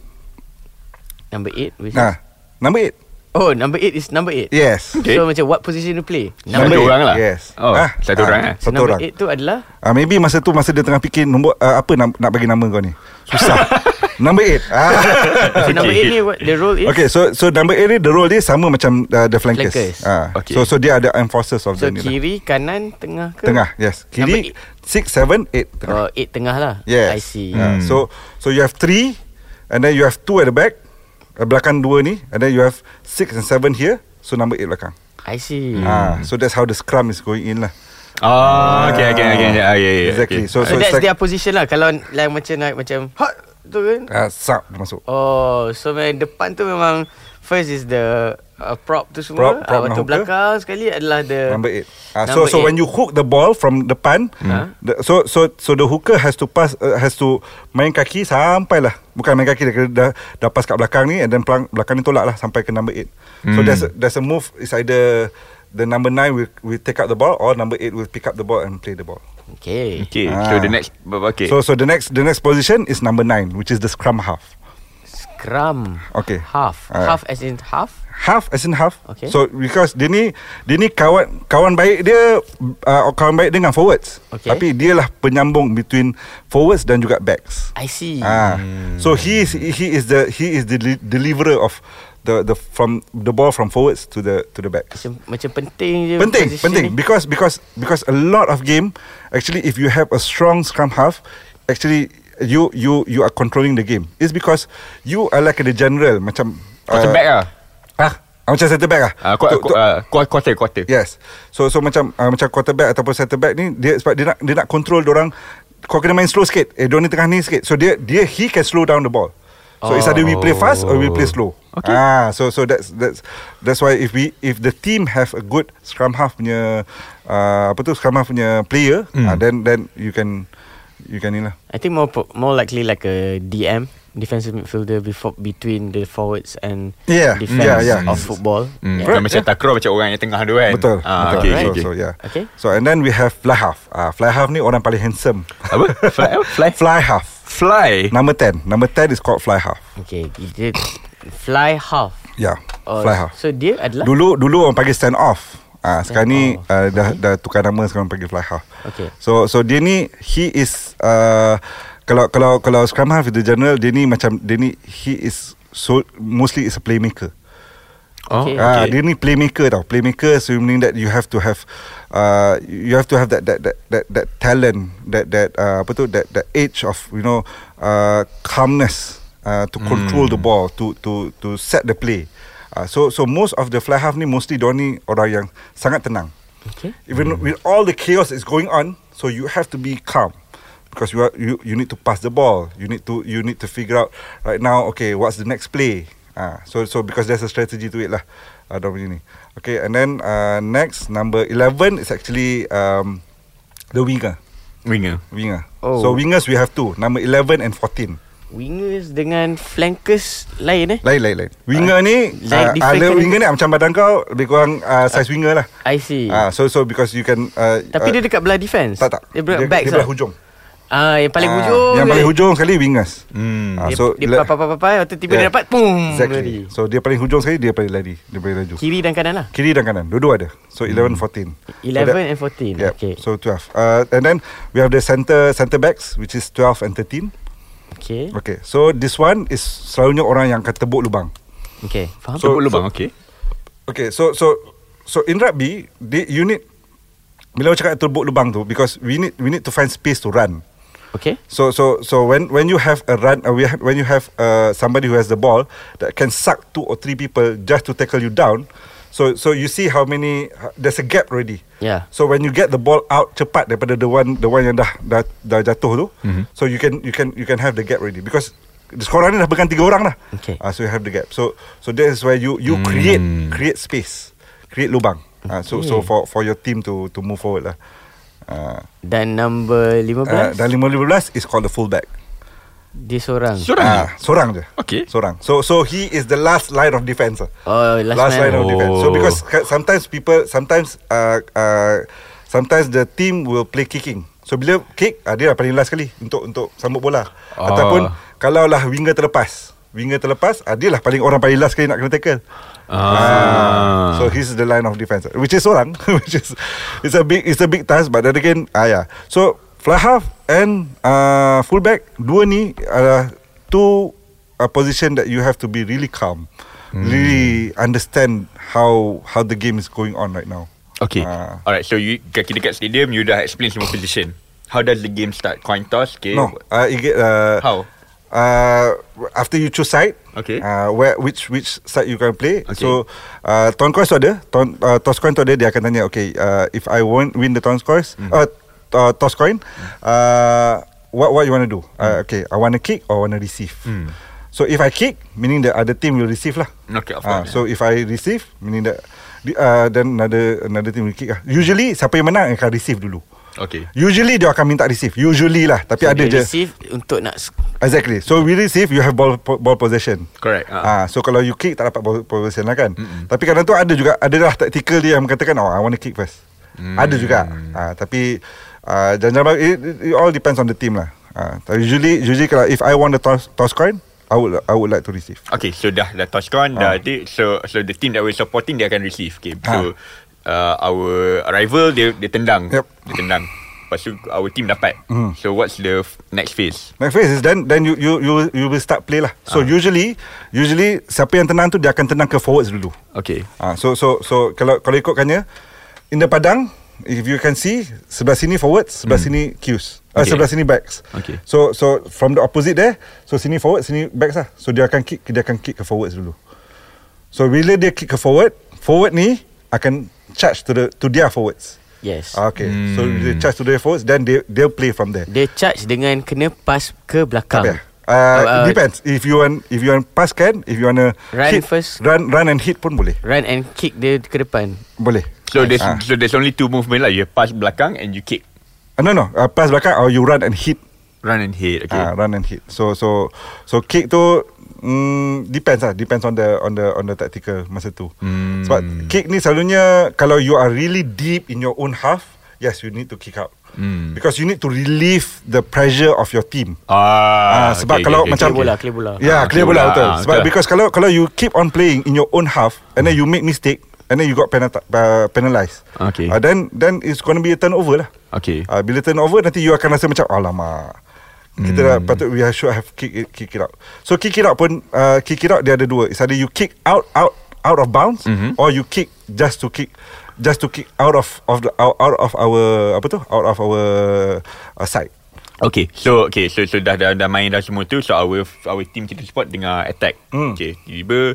Number 8 Nah, Ah, number 8. Oh, Oh, number 8 is number 8. Yes. Okay. So macam what position you play? Satu eight. orang lah Yes. oh, Ah, Satu ah, orang eh Satu number orang. 8 tu adalah Ah, maybe masa tu masa dia tengah fikir nombor ah, apa nak, nak bagi nama kau ni. Susah. number 8. Ah. so number 8 ni what the role is? Okay so so number 8 ni the role dia sama macam uh, the flankers. Flankers. Ah. Okay. So so dia ada enforcers of So the ni lah. kiri, kanan, tengah ke? Tengah, ya. yes. Kiri Number 6 7 8 tengah. Oh, 8 tengah lah. Yes. I see. Hmm. Uh, so so you have three, and then you have two at the back, uh, belakang dua ni, and then you have six and seven here. So number eight belakang. I see. Ah, so that's how the scrum is going in lah. Oh okay okay okay yeah, yeah, yeah, okay. Exactly. So So, so, it's that's like their position lah. Kalau like macam naik macam hot tu kan. uh, sub masuk. Oh, so memang depan tu memang first is the uh, prop tu semua. Prop- prop Lepas tu dengan hooker. belakang sekali adalah the Number eight. Uh, so Number so eight. when you hook the ball from depan, Hmm. the, so so so the hooker has to pass uh, has to main kaki sampai lah. Bukan main kaki dia kena dah, dah pass kat belakang ni and then pelang, belakang ni tolak lah sampai ke number 8. So there's a, there's a move is either the number 9 will will take up the ball or number 8 will pick up the ball and play the ball. Okay. Okay So Ah. the next Okay So so the next the next position is number 9 which is the scrum half. Scrum. Okay. Half. Ah. Half as in half. Half as in half. Okay. So because dia ni dia ni kawan kawan baik dia uh, kawan baik dengan forwards. Okay. Tapi dia lah penyambung between forwards dan juga backs. I see. Ah. So he is he is the he is the deli- deliverer of the the from the ball from forwards to the to the backs. Macam, macam penting je Penting, position penting ni. because because because a lot of game actually if you have a strong scrum half actually you you you are controlling the game. It's because you are like the general macam Quarter uh, back lah Ah, ah, macam center back ah. Ah, qu- Tu- tu- uh, qu- quarter quarter. Yes. So so macam uh, macam quarterback ataupun center back ni dia sebab dia nak dia nak control orang kau kena main slow sikit. Eh dia ni tengah ni sikit. So dia dia he can slow down the ball. So it's either we play fast or we play Oh. slow. Okay. Ah, so so that's that's that's why if we if the team have a good scrum half punya uh, apa tu scrum half punya player, mm. uh, Hmm. then then you can you can ni lah. I think more pro- more likely like a DM defensive midfielder before between the forwards and Yeah, defense yeah, Mm. yeah. of football. Hmm. Yeah. Kalau macam takraw macam orang yang tengah tu kan. Betul. Ah, betul. okay, so, okay, so okay. yeah. Okay. So and then we have fly half. Ah, uh, fly half ni orang paling handsome. Apa? Fly? apa? Fly? Fly half. Fly? Number 10. Number 10 is called fly half. Okay, dia fly half. Yeah, Oh, fly half. So dia adalah Dulu dulu orang panggil stand off. Ah, sekarang ni off. uh, dah dah tukar nama sekarang panggil fly half. Okay. So so dia ni he is uh, kalau kalau kalau scrum half itu general dia ni macam dia ni he is so mostly is a playmaker. Oh, Okay. Ah, dia ni playmaker tau. Playmaker so meaning that you have to have uh, you have to have that that that that, that talent, that that uh, apa tu that that edge of you know uh, calmness uh, to control Hmm. the ball, to to to set the play. Uh, so so most of the fly half ni mostly dia ni orang yang sangat tenang. Okay. Even with all the chaos is going on, so you have to be calm because you are you you need to pass the ball. You need to you need to figure out right now. Okay, what's the next play? Ah, so so because there's a strategy to it lah. Uh, ni. Okay, and then uh, next number eleven is actually um, the winger. Winger. Winger. Oh. So wingers we have two number eleven and fourteen. Wingers dengan flankers lain eh. Lain lain lain. Winger ni, Lain, uh, different kind ala of- winger ni macam badan kau lebih kurang uh, size winger lah. I see. Ah, so so because you can. Uh, Eh. Tapi uh, dia dekat belah defense. tak tak. Dia belah dia, back. dia belah hujung. Ah, yang paling Ah, hujung. Yang sekali. paling hujung sekali wingers. Hmm. Ah, Dia, so dia le- papai-papai Lepas tu tiba Yeah. dia dapat Pum Exactly. lari. So dia paling hujung sekali dia paling lari, dia paling laju. Kiri dan kanan lah Kiri dan kanan, dua-dua ada. So 11 14. 11 so that- and 14 Yeah. Okay So 12. Uh, and then we have the center center backs which is 12 and 13. Okay Okay. So this one is selalunya orang yang akan tebuk lubang. Okay Faham? So, So- lubang, okay. Okay, so so so in rugby, they, you need bila aku cakap tebuk lubang tu because we need we need to find space to run. okay So so so when when you have a run uh, we have, when you have uh, somebody who has the ball that can suck two or three people just to tackle you down. So so you see how many uh, there's a gap already. Yeah So when you get the ball out cepat daripada the one the one yang dah dah, dah jatuh tu. Mhm. So you can you can you can have the gap already because sekarang ni dah bukan tiga orang dah. Okay. Ah, so you have the gap. So so that is where you you create create space, create lubang. Ah, so so Okay. for for your team to to move forward lah. Ah, Dan number uh, 15 dan 15 is called the fullback. Dia seorang Seorang Ah, je? sorang je. Okay. Sorang. So so he is the last line of defense. ah. Oh last, last man line of defense. So Oh. because ca- sometimes people sometimes uh, uh, sometimes the team will play kicking. So bila kick uh, dia paling last sekali untuk untuk sambut bola. Ah. ah, Ataupun kalaulah winger terlepas, winger terlepas uh, dia lah paling orang paling last sekali nak kena tackle. Ah. So he's the line of defense, which is orang, which is it's a big it's a big task. But then again, ah yeah. So fly half and uh, fullback dua ni adalah two uh, position that you have to be really calm, really understand how how the game is going on right now. Okay. Ah. Alright, so you kat- kita kat stadium, you dah explain semua position. How does the game start? Coin toss? Okay. No, uh, you get uh, How? Uh, after you choose side, Okay. Uh, where which which side you can play. Okay. So, uh, town course tu ada, ton, uh, toss coin tu ada. Dia akan tanya, okay, uh, if I won't win the town course, Hmm. uh, uh, toss coin, uh, what what you want to do? Hmm. Uh, okay, I want to kick or want to receive. So if I kick, meaning the other team will receive lah. Okay, of Ah, course. so if I receive, meaning that the- uh, then another another team will kick lah. Usually siapa yang menang akan receive dulu. Okay. Usually dia akan minta receive. Usually lah, tapi So, ada dia je. Receive untuk nak s- Exactly. So we receive you have ball ball possession. Correct, ah. Ah, so kalau you kick tak dapat ball possession lah kan. Mm-mm. Tapi kadang tu ada juga ada lah tactical dia yang mengatakan oh I want to kick first. Mm. Ada juga. Ah, tapi ah jangan it, it, it all depends on the team lah. Ah, tapi usually usually kalau if I want the toss, toss coin, I would I would like to receive. Okay, so dah dah toss gone, Ah. dah ada. So so the team that we're supporting dia akan receive. Okay. So Ah. uh, our rival dia dia tendang. Yep. Dia tendang. Lepas tu our team dapat. Hmm. So what's the f- next phase? Next phase is then then you you you you will start play lah. So usually usually siapa yang tenang tu dia akan tenang ke forwards dulu. Okay. Ah, so so so kalau kalau ikutkannya in the padang if you can see sebelah sini forward sebelah sini queues uh, Okay. sebelah sini backs Okay. so so from the opposite there so sini forward sini backs lah so dia akan kick dia akan kick ke forwards dulu so bila dia kick ke forward forward ni akan charge to the to their forwards Yes Ah, okay so dia charge to their forwards then they they'll play from there Dia charge dengan kena pass ke belakang Yeah. Uh, Uh, depends if you want if you want pass can if you want to Run hit, first. run run and hit pun boleh Run and kick dia ke depan boleh So there's Ah. so there's only two movement lah. You pass belakang and you kick. Uh, no no, uh, pass belakang or you run and hit. Run and hit. Okay. Okay. Uh, run and hit. So so so kick tu mm, depends lah, depends on the on the on the tactical masa tu. Hmm. Sebab kick ni selalunya kalau you are really deep in your own half, yes you need to kick out. Hmm. Because you need to relieve the pressure of your team. Ah, Ah, sebab kalau macam Clear bola, clear bola. Ya, yeah, Ah, clear clear bola bola. betul. Ah, Sebab betul. because kalau kalau you keep on playing in your own half and then you make mistake and then you got penal, uh, penalized. Okay. Uh, then then it's going to be a turnover lah. Okay. Uh, bila turnover nanti you akan rasa macam alamak. Kita dah patut we should have kick it, kick it out. So kick it out pun uh, kick it out dia ada dua. It's either you kick out out out of bounds mm-hmm. or you kick just to kick just to kick out of of the out, out of our apa tu out of our uh, side. Okay So okay So, so dah, dah, dah main dah semua tu So our Our team kita support Dengan attack Hmm. Okay Tiba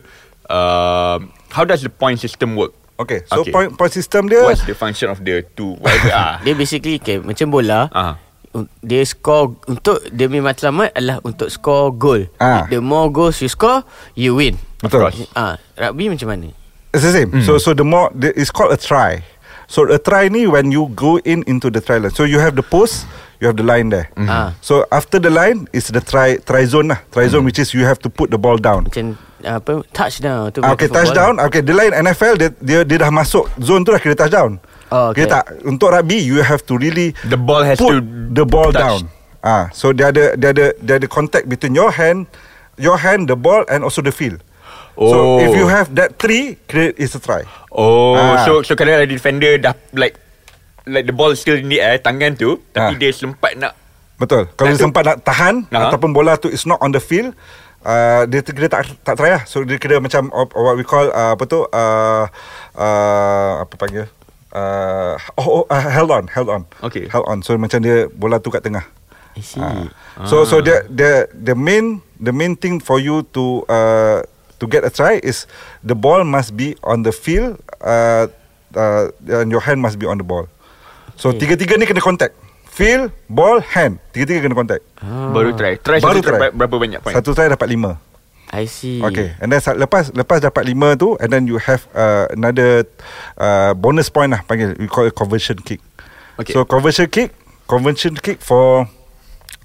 um, How does the point system work Okay, so okay. point point system dia What's the function of the two Whatever ah. Dia basically okay, Macam bola Ah. un- Dia score Untuk Dia punya matlamat Adalah untuk score goal Ah. The more goals you score You win Betul. course. Ah, Rugby macam mana It's the Mm. same. So so the more the, it's called a try. So a try ni when you go in into the try line. So you have the post, you have the line there. Mm-hmm. Ah. So after the line is the try try zone lah. Try Mm. zone which is you have to put the ball down. Macam apa Touchdown tu Ah, Okay football. touchdown Okay the line NFL Dia dia, dia dah masuk Zone tu dah kira touchdown Oh, okay. Kira tak Untuk rugby You have to really The ball has Put to the ball touch. down ah, So dia ada Dia ada Dia ada contact between your hand Your hand The ball And also the field Oh. So if you have that three Create is a try Oh Ah. So so kadang-kadang defender Dah like Like the ball still in the air Tangan tu Tapi Ah. dia sempat nak Betul Nak Kalau dia tu- sempat nak tahan Ah. Ataupun bola tu Is not on the field Uh, dia kira tak tak try lah So dia kira macam uh, What we call uh, Apa tu uh, uh, Apa panggil uh, oh, oh, uh, Held on Held on Okay. Held on So macam dia Bola tu kat tengah I see Ah. So so the the the main the main thing for you to uh, to get a try is the ball must be on the field uh, uh, and your hand must be on the ball. So Okay. tiga-tiga ni kena contact. Field, ball, hand. Tiga-tiga kena contact. Ah. Baru try Try Ah. satu Baru try. try. Berapa banyak point Satu try dapat lima. I see Okay. And then sa- lepas lepas dapat lima tu and then you have uh, another uh, bonus point lah panggil we call it conversion kick. Okay. So conversion kick, conversion kick for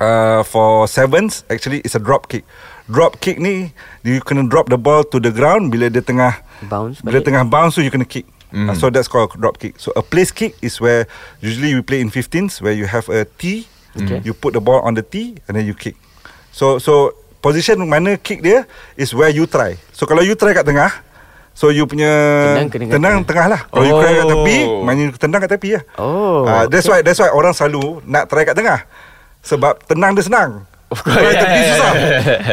uh, for sevens actually it's a drop kick. Drop kick ni you kena drop the ball to the ground bila dia tengah Bounce bila balik. tengah bounce tu you kena kick. Mm. So that's called drop kick. So a place kick is where usually we play in 15s where you have a T, Okay. you put the ball on the T and then you kick. So so position mana kick dia is where you try. So kalau you try kat tengah, So you punya Tendang ke dengan Tendang tengah lah Kalau you Oh. try kat tepi Maknanya you tendang kat tepi lah Oh, Ah, That's why That's why orang selalu Nak try kat tengah Sebab tenang dia senang Of course. Try tepi susah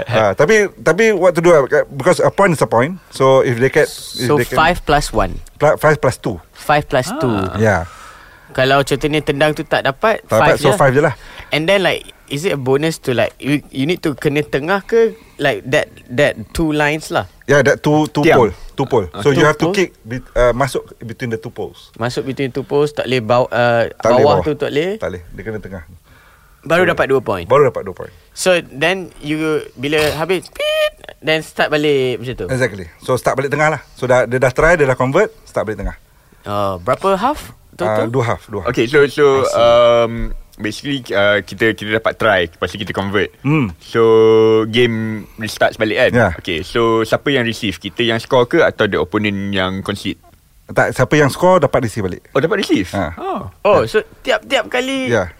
Ah, Tapi Tapi what to do ah, Because a point is a point So if they get if So they can- 5 plus 1 Pla- Five plus two 5 plus 2 Yeah Kalau contohnya tendang tu tak dapat Tak dapat, je so lah. five je lah. And then like Is it a bonus to like You, you need to kena tengah ke Like that That two lines lah Yeah that two Two Tiang. pole Two pole Ah, So Two you have to pole. kick be- uh, Masuk between the two poles Masuk between two post Tak boleh bawah, uh, Tak boleh bawah, tu tak boleh Tak boleh Dia kena tengah Baru dapat dua point Baru dapat dua point So then you Bila habis pit, Then start balik macam tu Exactly So start balik tengah lah So dah, dia dah try Dia dah convert Start balik tengah oh, Berapa half Ah, Total Dua half Dua half Okay so so um, Basically uh, kita kita dapat try Lepas tu kita convert Hmm. So game restart balik kan Ya. Okay so siapa yang receive Kita yang score ke Atau the opponent yang concede Tak siapa yang score Dapat receive balik Oh dapat receive Ha. oh. Oh so tiap-tiap kali Yeah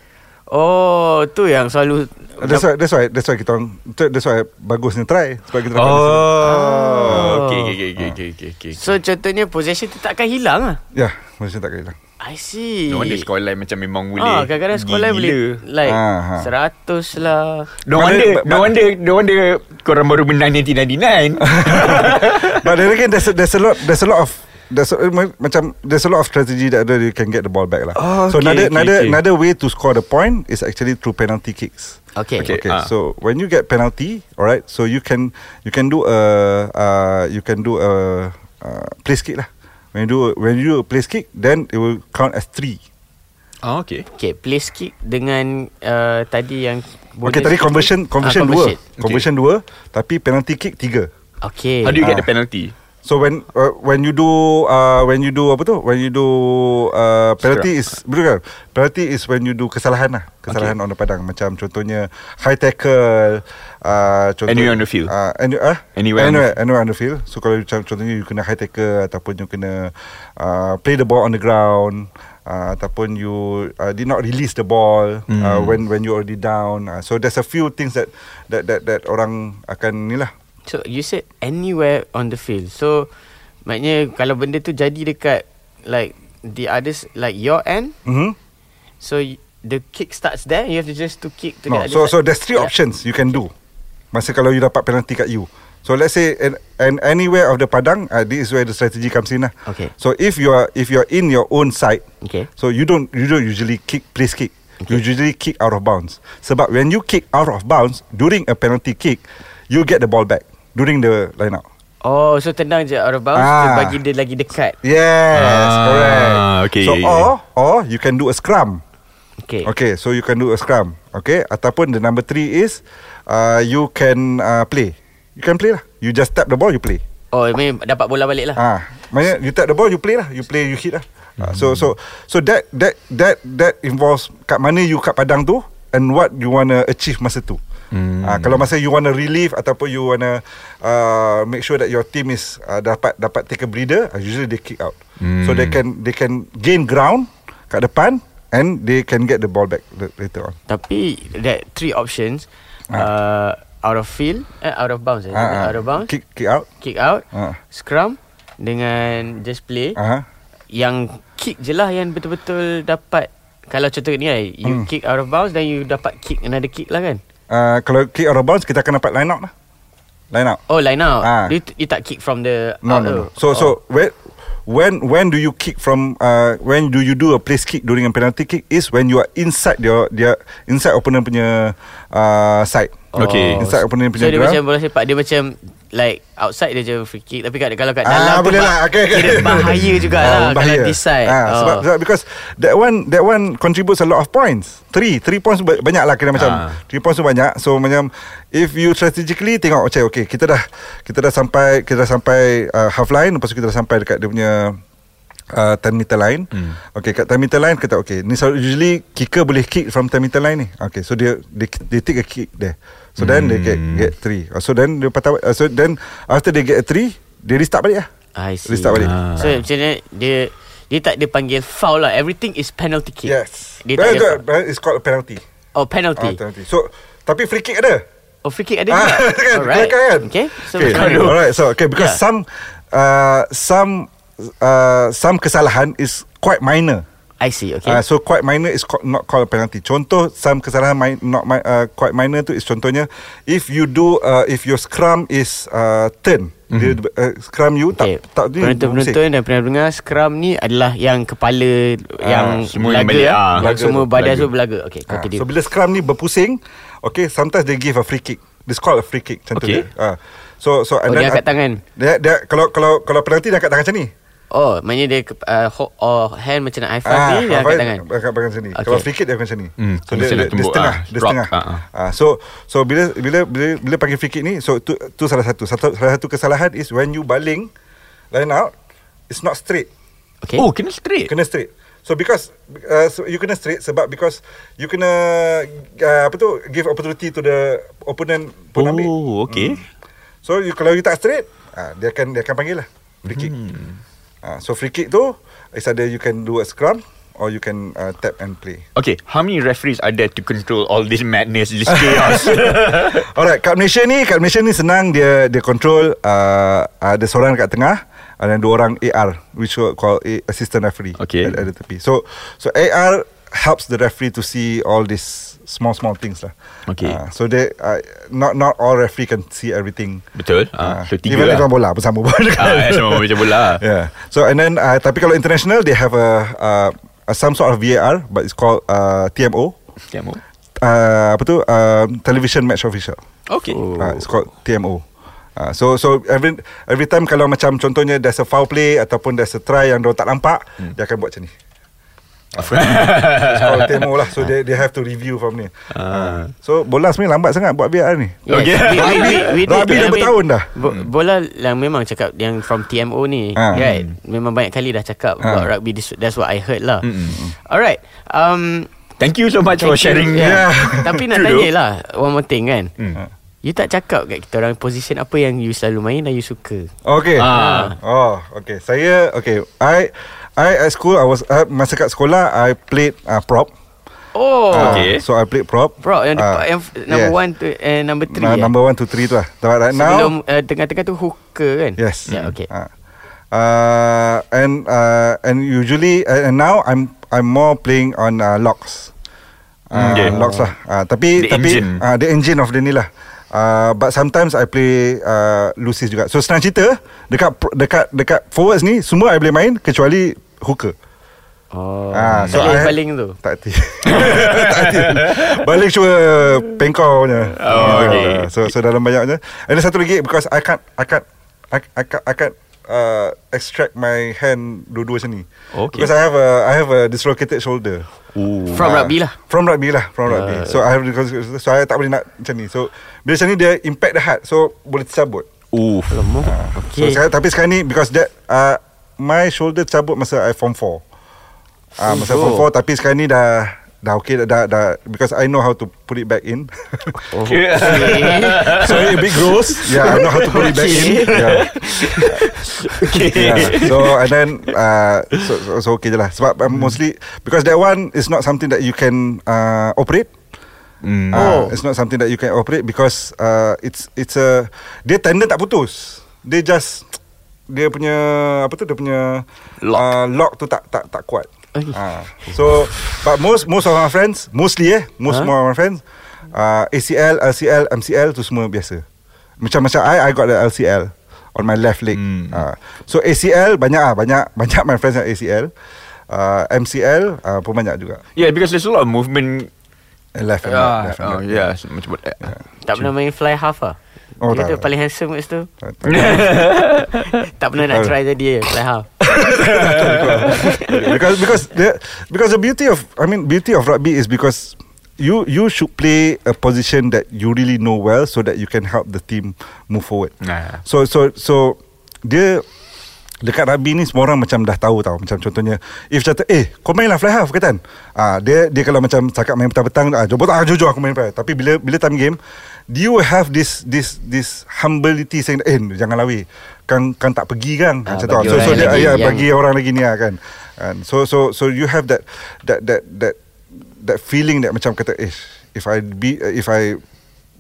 Oh tu yang selalu Ya. That's why, that's why That's why kita orang tu- That's why Bagusnya try Sebab kita dapat receive. Oh Okay okay okay, Ah. okay, okay, okay, okay. So contohnya possession tu takkan hilang lah Ya Maksudnya tak hilang I see No wonder scoreline macam memang boleh Ah, kadang-kadang sekolah gila. ha. boleh like Ah, ah. seratus lah. No Mana- wonder, ba- no wonder, no wonder korang baru menang 1999 But then again There's a, there's a lot There's a lot of There's a, eh, macam there's a lot of strategy that you can get the ball back lah. Oh, so okay, another okay, another okay. another way to score the point is actually through penalty kicks. Okay. Okay. okay. Okay, ah. so when you get penalty, all right, so you can you can do a uh, you can do a uh, place kick lah. When you do when you do a place kick, then it will count as three. Oh okay Okay, place kick dengan uh, tadi yang bonus okay, tadi tu. conversion Ah, conversion dua, conversion. conversion dua, tapi penalty kick tiga. Okay. How do you get the Ah. penalty? So when uh, when you do uh, when you do apa tu? When you do uh, penalty is betul kan? Penalty is when you do kesalahan lah, kesalahan on the padang. Macam contohnya high tackle, uh, contoh, Anywhere on the field. Uh, any, uh, Anywhere on the- anywhere, anywhere on the field. So kalau macam contohnya you kena high tackle ataupun you kena uh, play the ball on the ground. Uh, ataupun you uh, did not release the ball mm. Hmm. uh, when when you already down uh, so there's a few things that that that that orang akan ni lah So you said anywhere on the field. So maknanya kalau benda tu jadi dekat like the others like your end, mm-hmm. so y- the kick starts there. You have to just to kick to the No, other so side. so there's three ya. Yeah. options you can do. Masa kalau you dapat penalty kat you. So let's say and, and anywhere of the padang, uh, this is where the strategy comes in lah. Okay. So if you are if you are in your own side, Okay. so you don't you don't usually kick place kick. You usually kick out of bounds. Sebab when you kick out of bounds during a penalty kick, you get the ball back during the line out. Oh, so tendang je out of bounds Ah. ah. bagi dia lagi dekat. Yes, Ah, correct. okay, so yeah, yeah. or or you can do a scrum. Okay. Okay, so you can do a scrum. Okay, ataupun the number three is uh, you can uh, play. You can play lah. You just tap the ball, you play. Oh, ini dapat bola balik lah. Ah, maknanya you tap the ball, you play lah. You play, you hit lah. Ah, so so so that that that that involves kat mana you kat padang tu and what you wanna achieve masa tu. Ah, kalau masa you wanna relieve ataupun you wanna uh, make sure that your team is uh, dapat dapat take a breather, uh, usually they kick out. So they can they can gain ground kat depan and they can get the ball back la- later on. Tapi that three options uh, out of field, eh, out of bounds, eh, is it Ah, ah. out of bounds, kick, Kick, kick out. kick out, Ah. scrum dengan just play. Ah, Yang kick je lah yang betul-betul dapat. Kalau contoh ni kan, you Hmm. kick out of bounds then you dapat kick another kick lah kan. uh, kalau kick out of bounds kita akan dapat line out lah. Line out. Oh line out. Ah. You, you tak kick from the No, out no, tu. no. So so when when when do you kick from uh, when do you do a place kick during a penalty kick is when you are inside your their inside opponent punya uh, side. Okay. Inside opponent Oh. So punya dia ground. macam bola sepak Dia macam Like outside dia je free kick Tapi kat, kalau kat dalam Ah, tu boleh bah- lah. Okay, okay. Kira bahaya jugalah Ah, bahaya. Kalau decide Oh. Ah, sebab, sebab because that one that one contributes a lot of points. Three, three points ba- banyak lah kira macam. Ah. Three points tu banyak. So macam if you strategically tengok okay, okay kita dah kita dah sampai kita dah sampai uh, half line lepas tu kita dah sampai dekat dia punya Uh, 10 meter line hmm. Okay kat 10 meter line Kita okay Ni selalu- usually Kicker boleh kick From 10 meter line ni Okay so dia They, they take a kick there So then they get Get 3 So then dia patah, uh, So then After they get 3 They restart balik lah I see. Restart balik. Ah. So macam mana dia dia tak dia panggil foul lah. Everything is penalty kick. Yes. Dia tak Well, ada the- foul. well, it's called a penalty. Oh Ah, penalty. penalty. So tapi free kick ada. oh free kick ada Ah, juga. kan? Alright. Kan? Okay. So okay. macam mana? Alright. So okay because Yeah. some uh, some uh, some kesalahan is quite minor. I see. Okay. Okay. Uh, so quite minor is co- not called a penalty. Contoh some kesalahan mi- not mi- uh, quite minor tu is contohnya if you do uh, if your scrum is uh, turn mm-hmm. dia uh, scrum you Okay. tak tak Penonton-penonton dan pernah-pernah Scrum ni adalah yang kepala Ah, Yang semua yang belaga, eh? balik, ah. Yang Belaga semua tu, badan belaga. semua belaga Okay Ah, continue so bila scrum ni berpusing, okay, sometimes they give a free kick. This called a free kick Okay. contohnya. Ah. So so Oh, dia angkat tangan. Dia, dia kalau kalau kalau penalti dia angkat tangan macam ni. Oh maknanya dia ke- uh, ho- oh, Hand macam nak high five ni Dia Ah, apa- angkat tangan Angkat tangan sini. Okay. Kalau free kick dia akan macam ni. Hmm, So dia mesti nak dia, dia tumbuk, setengah, ah, dia drop, setengah. ah, Ah, so so bila bila bila bila panggil free kick ni, so tu tu salah satu. Satu salah satu kesalahan is when you baling line out, it's not straight. Okay Oh kena straight Kena straight So because uh, so You kena straight Sebab because You kena uh, Apa tu Give opportunity to the Opponent pun ambil Hmm. Oh okay So you, kalau you tak straight uh, Dia akan Dia akan panggil lah Free kick hmm. uh, So free kick tu Is either you can do a scrum Or you can uh, Tap and play Okay How many referees are there To control all this madness This chaos Alright Kat Malaysia ni Kat Malaysia ni senang Dia dia control uh, Ada seorang kat tengah Ada dua orang AR Which we call A- Assistant referee Okay. at, at the tepi So So AR Helps the referee to see All these Small small things lah Okay. uh, So they uh, Not not all referee Can see everything Betul ah, So tiga Even lah lah. bola pun sama pun ah, Sama macam bola Yeah. So and then uh, tapi kalau international they have a, uh, a some sort of VAR but it's called uh, TMO. Tengok. Uh, apa tu uh, television match official. Okay Oh. Uh, it's called TMO. Uh, so so every every time kalau macam contohnya there's a foul play ataupun there's a try yang dia tak nampak hmm. dia akan buat macam ni. It's called TMO lah. So they they have to review from ni. Ah. Uh. So bola sebenarnya lambat sangat buat VAR ni. Yes. Okay. We, we, we, we did Rabi dah I mean, bertahun dah. bo- Bola yang memang cakap Yang from TMO ni Ah. Right Memang banyak kali dah cakap Ah. Hmm, About rugby This- That's what I heard lah Alright um, Thank you so much For Thank you. sharing Yeah. Hmm. Tapi nak True. tanya lah One more thing kan You tak cakap kat kita orang Position apa yang you selalu main Dan you suka Okay. Ah. Ah. Oh, okay. Saya okay. I I at school I was uh, masa kat sekolah I played uh, prop. Oh Ah, Okay. so I played prop. Bro yang, uh, Ah, yang f- number yes. one to, uh, Number three Na- eh? number one to three tu lah. But right Sebelum now. uh, tengah-tengah tu hooker kan Yes. yeah, okay. Ah. Uh, and uh, and usually uh, and now I'm I'm more playing on uh, locks. Uh, Okay. Locks lah. Uh, Mm. tapi The tapi engine. Uh, the engine of the ni lah. Uh, but sometimes I play uh, Lucis juga. So senang cerita dekat pro- dekat dekat forwards ni semua I boleh main kecuali hooker. Oh Ah, so I- Baling-baling tu Tak hati Tak hati Balik cuma Pengkau punya Oh, okay. Ah, So, so dalam banyaknya And then satu lagi Because I can't I can't I, I can't, I can't uh, Extract my hand Dua-dua sini Okay. Because I have a I have a dislocated shoulder Ooh. Uh. From Ah, rugby lah From rugby lah From rugby So I have So I tak boleh nak macam ni So Bila macam ni dia Impact the heart So boleh tercabut Oof. Lemu Ah. So Okay sekarang, tapi sekarang ni because that uh, my shoulder cabut masa I form 4. Ah uh, masa Oh. form 4 tapi sekarang ni dah dah okay dah, dah, dah because I know how to put it back in. Oh. Okay. so it big grows. Yeah, I know how to put it back in. Yeah. yeah. Okay So and then uh, so, so, so okay je lah Sebab uh, mostly Because that one Is not something that you can uh, Operate Hmm. Uh, it's not something that you can operate because uh, it's it's a dia tendon tak putus. Dia just dia punya apa tu dia punya Lock. uh, lock tu tak tak tak kuat. Oi. Uh, so but most most of our friends mostly eh Huh? most huh? of our friends uh, ACL, LCL, MCL tu semua biasa. Macam macam I I got the LCL on my left leg. Hmm. Hmm. Uh, so ACL banyak ah banyak banyak my friends yang ACL. Uh, MCL uh, pun banyak juga. Yeah because there's a lot of movement Left and right, Ah, left and oh, right. yeah, so macam yeah. Tak pernah main fly half lah Oh, Dia tak, tu tak. paling handsome kat situ Tak- tak- Tak pernah nak Tak. try jadi fly half because because the because the beauty of I mean beauty of rugby is because you you should play a position that you really know well so that you can help the team move forward. Nah. So so so dia dekat rugby ni semua orang macam dah tahu tau macam contohnya if kata eh kau main lah fly half ke tan ah dia dia kalau macam cakap main petang-petang ah jom ah jujur aku main fly half." tapi bila bila time game do you have this this this humility saying eh jangan lawi kan kan tak pergi kan Ah, macam tu bagi so so orang dia lagi ya, yang- bagi orang lagi ni lah kan And so so so you have that that that that that feeling that macam kata eh if I be if I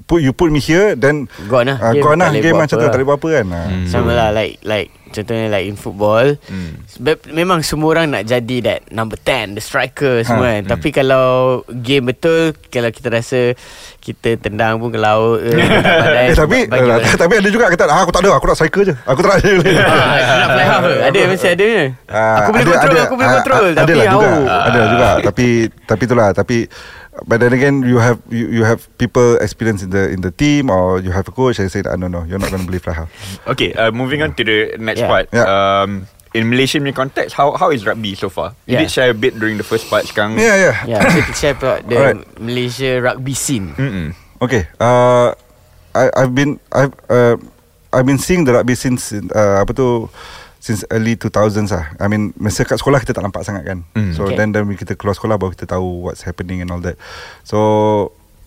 put you put me here then Gone lah. uh, Game gone lah tak boleh game buat macam apa tu lah. tak boleh buat apa kan Ah. Sama lah like like Contohnya like in football Hmm. mm. Memang semua orang nak jadi that Number 10 The striker semua ha. hmm. kan mm. Tapi kalau Game betul Kalau kita rasa Kita tendang pun ke laut eh, tak pandai, Eh, tapi bagi eh, orang. tapi ada juga kata ah, aku tak ada aku nak cycle je. Aku tak ada. Ah, dia nak fly half ke? Ada mesti ada Ah, Aku boleh ada- control ada- Aku boleh ah, control ah, Tapi adalah how Ah. juga, ada lah juga tapi tapi itulah tapi but then again you have you, you have people experience in the in the team or you have a coach and say ah, no no you're not going to believe Rahal. Hmm. Okay, uh, moving on to the next Yeah. part. Yeah. Um, in Malaysian punya context, how how is rugby so far? You Yeah. did share a bit during the first part sekarang. Yeah yeah. Yeah, so kita share about the Alright. Hmm. Malaysia rugby scene. Mm-mm. Okay. Uh, I I've been I've uh, I've been seeing the rugby since uh, apa tu since early 2000s lah. I mean masa kat sekolah kita tak nampak sangat kan. Mm. So Okay. then then when kita keluar sekolah baru kita tahu what's happening and all that. So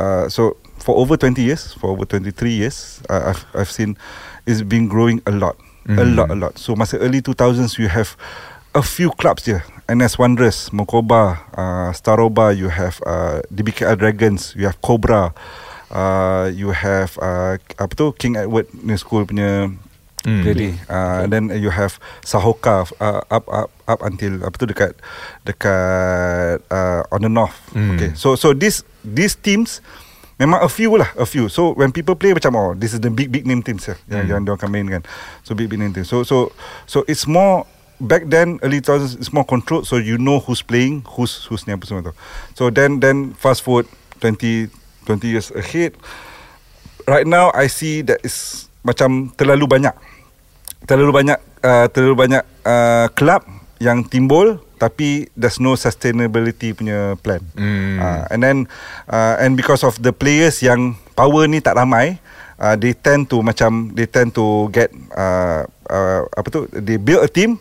uh, so for over 20 years, for over 23 years, uh, I've I've seen it's been growing a lot. A Mm. lot a lot. So masa early 2000s you have a few clubs here. NS Wanderers, Mokoba, uh, Staroba, you have uh, DBKR Dragons, you have Cobra, uh, you have uh, apa tu King Edward New School punya Mm. Jadi uh, and then you have Sahoka uh, up up up until apa tu dekat dekat uh, on the north. Mm. Okay. So so this these teams memang a few lah, a few. So when people play macam oh this is the big big name teams yeah, yang Mm. yang dia orang main kan. So big big name teams. So so so it's more back then early 2000s it's more controlled so you know who's playing, who's who's ni apa semua tu. So then then fast forward 20 20 years ahead right now I see that is macam terlalu banyak terlalu banyak uh, terlalu banyak uh, club yang timbul tapi there's no sustainability punya plan. Hmm. Uh, and then uh, and because of the players yang power ni tak ramai uh, they tend to macam they tend to get uh, uh, apa tu they build a team.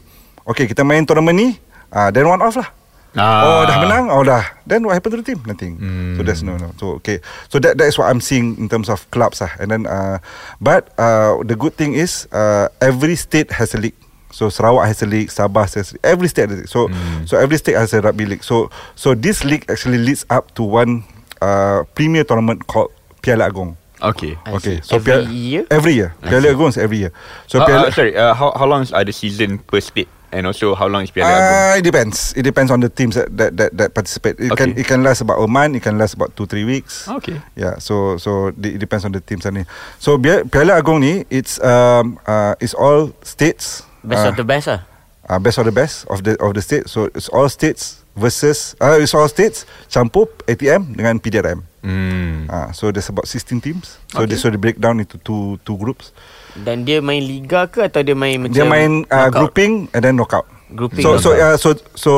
Okay kita main tournament ni uh, then one off lah. Ah. Oh dah menang Oh dah Then what happened to the team Nothing So Hmm. there's no no So okay So that that is what I'm seeing In terms of clubs lah And then uh, But uh, The good thing is uh, Every state has a league So Sarawak has a league Sabah has a league Every state has a league So Hmm. so every state has a rugby league So so this league actually leads up to one uh, Premier tournament called Piala Agong Okay. I Okay see. Every Piala- year? Every year Piala Agong is every year So Uh, uh, sorry, uh, how how long is uh, the season per state, and also how long is Piala Agong? Uh, it depends. It depends on the teams that that that, that participate. It can Okay. it can last about a month. It can last about two three weeks. Okay. Yeah. So so it depends on the teams ni. So Bia- Piala Agong ni it's um uh it's all states. Best of uh, the best lah. uh, best of the best of the of the state. So it's all states versus uh, it's all states campur ATM dengan PDRM. Hmm. Uh, so there's about 16 teams. So Okay. they so they break down into two two groups. Dan dia main liga ke atau dia main macam Dia main uh, knockout? grouping and then knockout. Grouping So so knockout. yeah, so so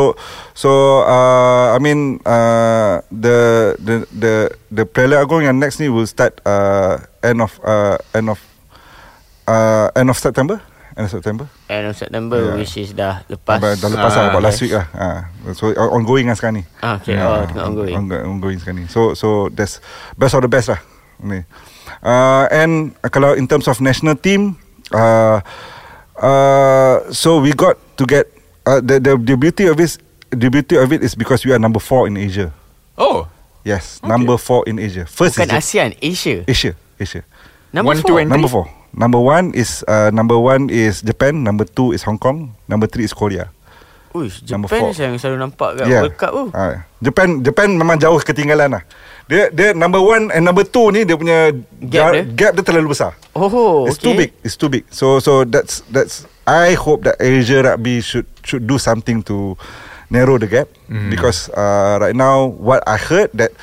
so uh, I mean uh, the the the the Piala Agong yang next ni will start uh, end of uh, end of uh, end of September. End of September. End of September Yeah. yeah. which is dah lepas. Pas, dah lepas lah Ah, about last yes. week lah. Uh, so uh, ongoing lah sekarang ni. Ah, okay. Oh, tengah ongoing. ongoing. Ongoing sekarang ni. So so that's best of the best lah. Ni. Uh, and uh, kalau in terms of national team, uh, uh, so we got to get uh, the, the the beauty of it. The beauty of it is because we are number four in Asia. Oh, Yes, number four in Asia. First Bukan is ASEAN, Asia. Asia. Asia. Number One, One, two four. and- Number four. Number one is uh, number one is Japan. Number two is Hong Kong. Number three is Korea. Uish, Number Japan four. saya yang selalu nampak kat yeah. World Cup tu. Ah, Japan Japan memang jauh ketinggalan lah. Dia dia number one and number two ni dia punya Gap dia? gap dia terlalu besar. Oh, It's okay. too big. It's too big. So so that's that's I hope that Asia rugby should should do something to narrow the gap because uh, right now what I heard that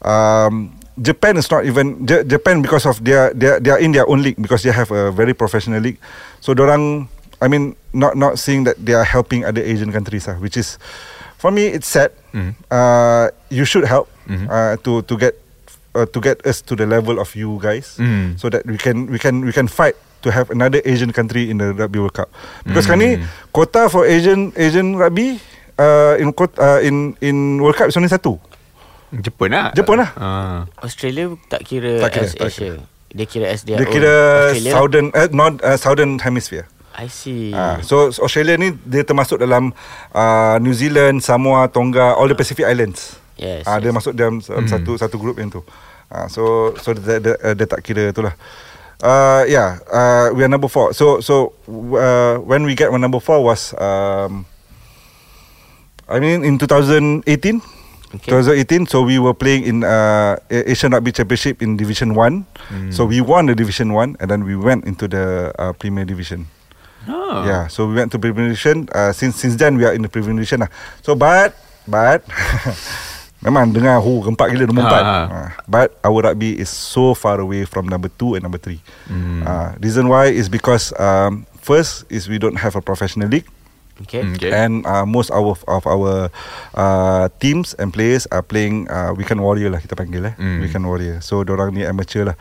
um, Japan is not even J- Japan because of their they they are in their own league because they have a very professional league. So orang I mean not not seeing that they are helping other Asian countries ah, which is for me it's sad. Uh, you should help uh, to to get uh, to get us to the level of you guys Mm. so that we can we can we can fight to have another Asian country in the Rugby World Cup. Because sekarang ni quota for Asian Asian rugby uh, in quota, uh, in in World Cup is only satu. Jepun lah. Jepun lah. Ah. Australia tak kira, Tak kira, as tak Asia. Dia kira as their Dia own. kira oh, Australia. southern uh, not uh, southern hemisphere. I see. Ah, so so Australia ni dia termasuk dalam uh, New Zealand, Samoa, Tonga, all the Pacific Islands. Yes, Ah, dia yes. masuk dalam hmm. satu satu grup yang tu. Ah, so so dia, dia, dia tak kira itulah. Uh, yeah, uh, we are number four. So so uh, when we get on number four was um, I mean in 2018. Okay. 2018. So we were playing in uh, A- Asian Rugby Championship in Division One. Hmm. So we won the Division One, and then we went into the uh, Premier Division. Oh. Ah. Yeah, so we went to Premier Division. Uh, since since then we are in the Premier Division lah. So but but memang dengar hu gempak gila nombor Ha, 4. ha. Uh, but our rugby is so far away from number 2 and number 3. Hmm. Mm. Uh, reason why is because um, first is we don't have a professional league Okay. Mm. Mm. Okay. and uh, most our of our uh, teams and players are playing uh, weekend warrior lah kita panggil eh Mm. weekend warrior so orang ni amateur lah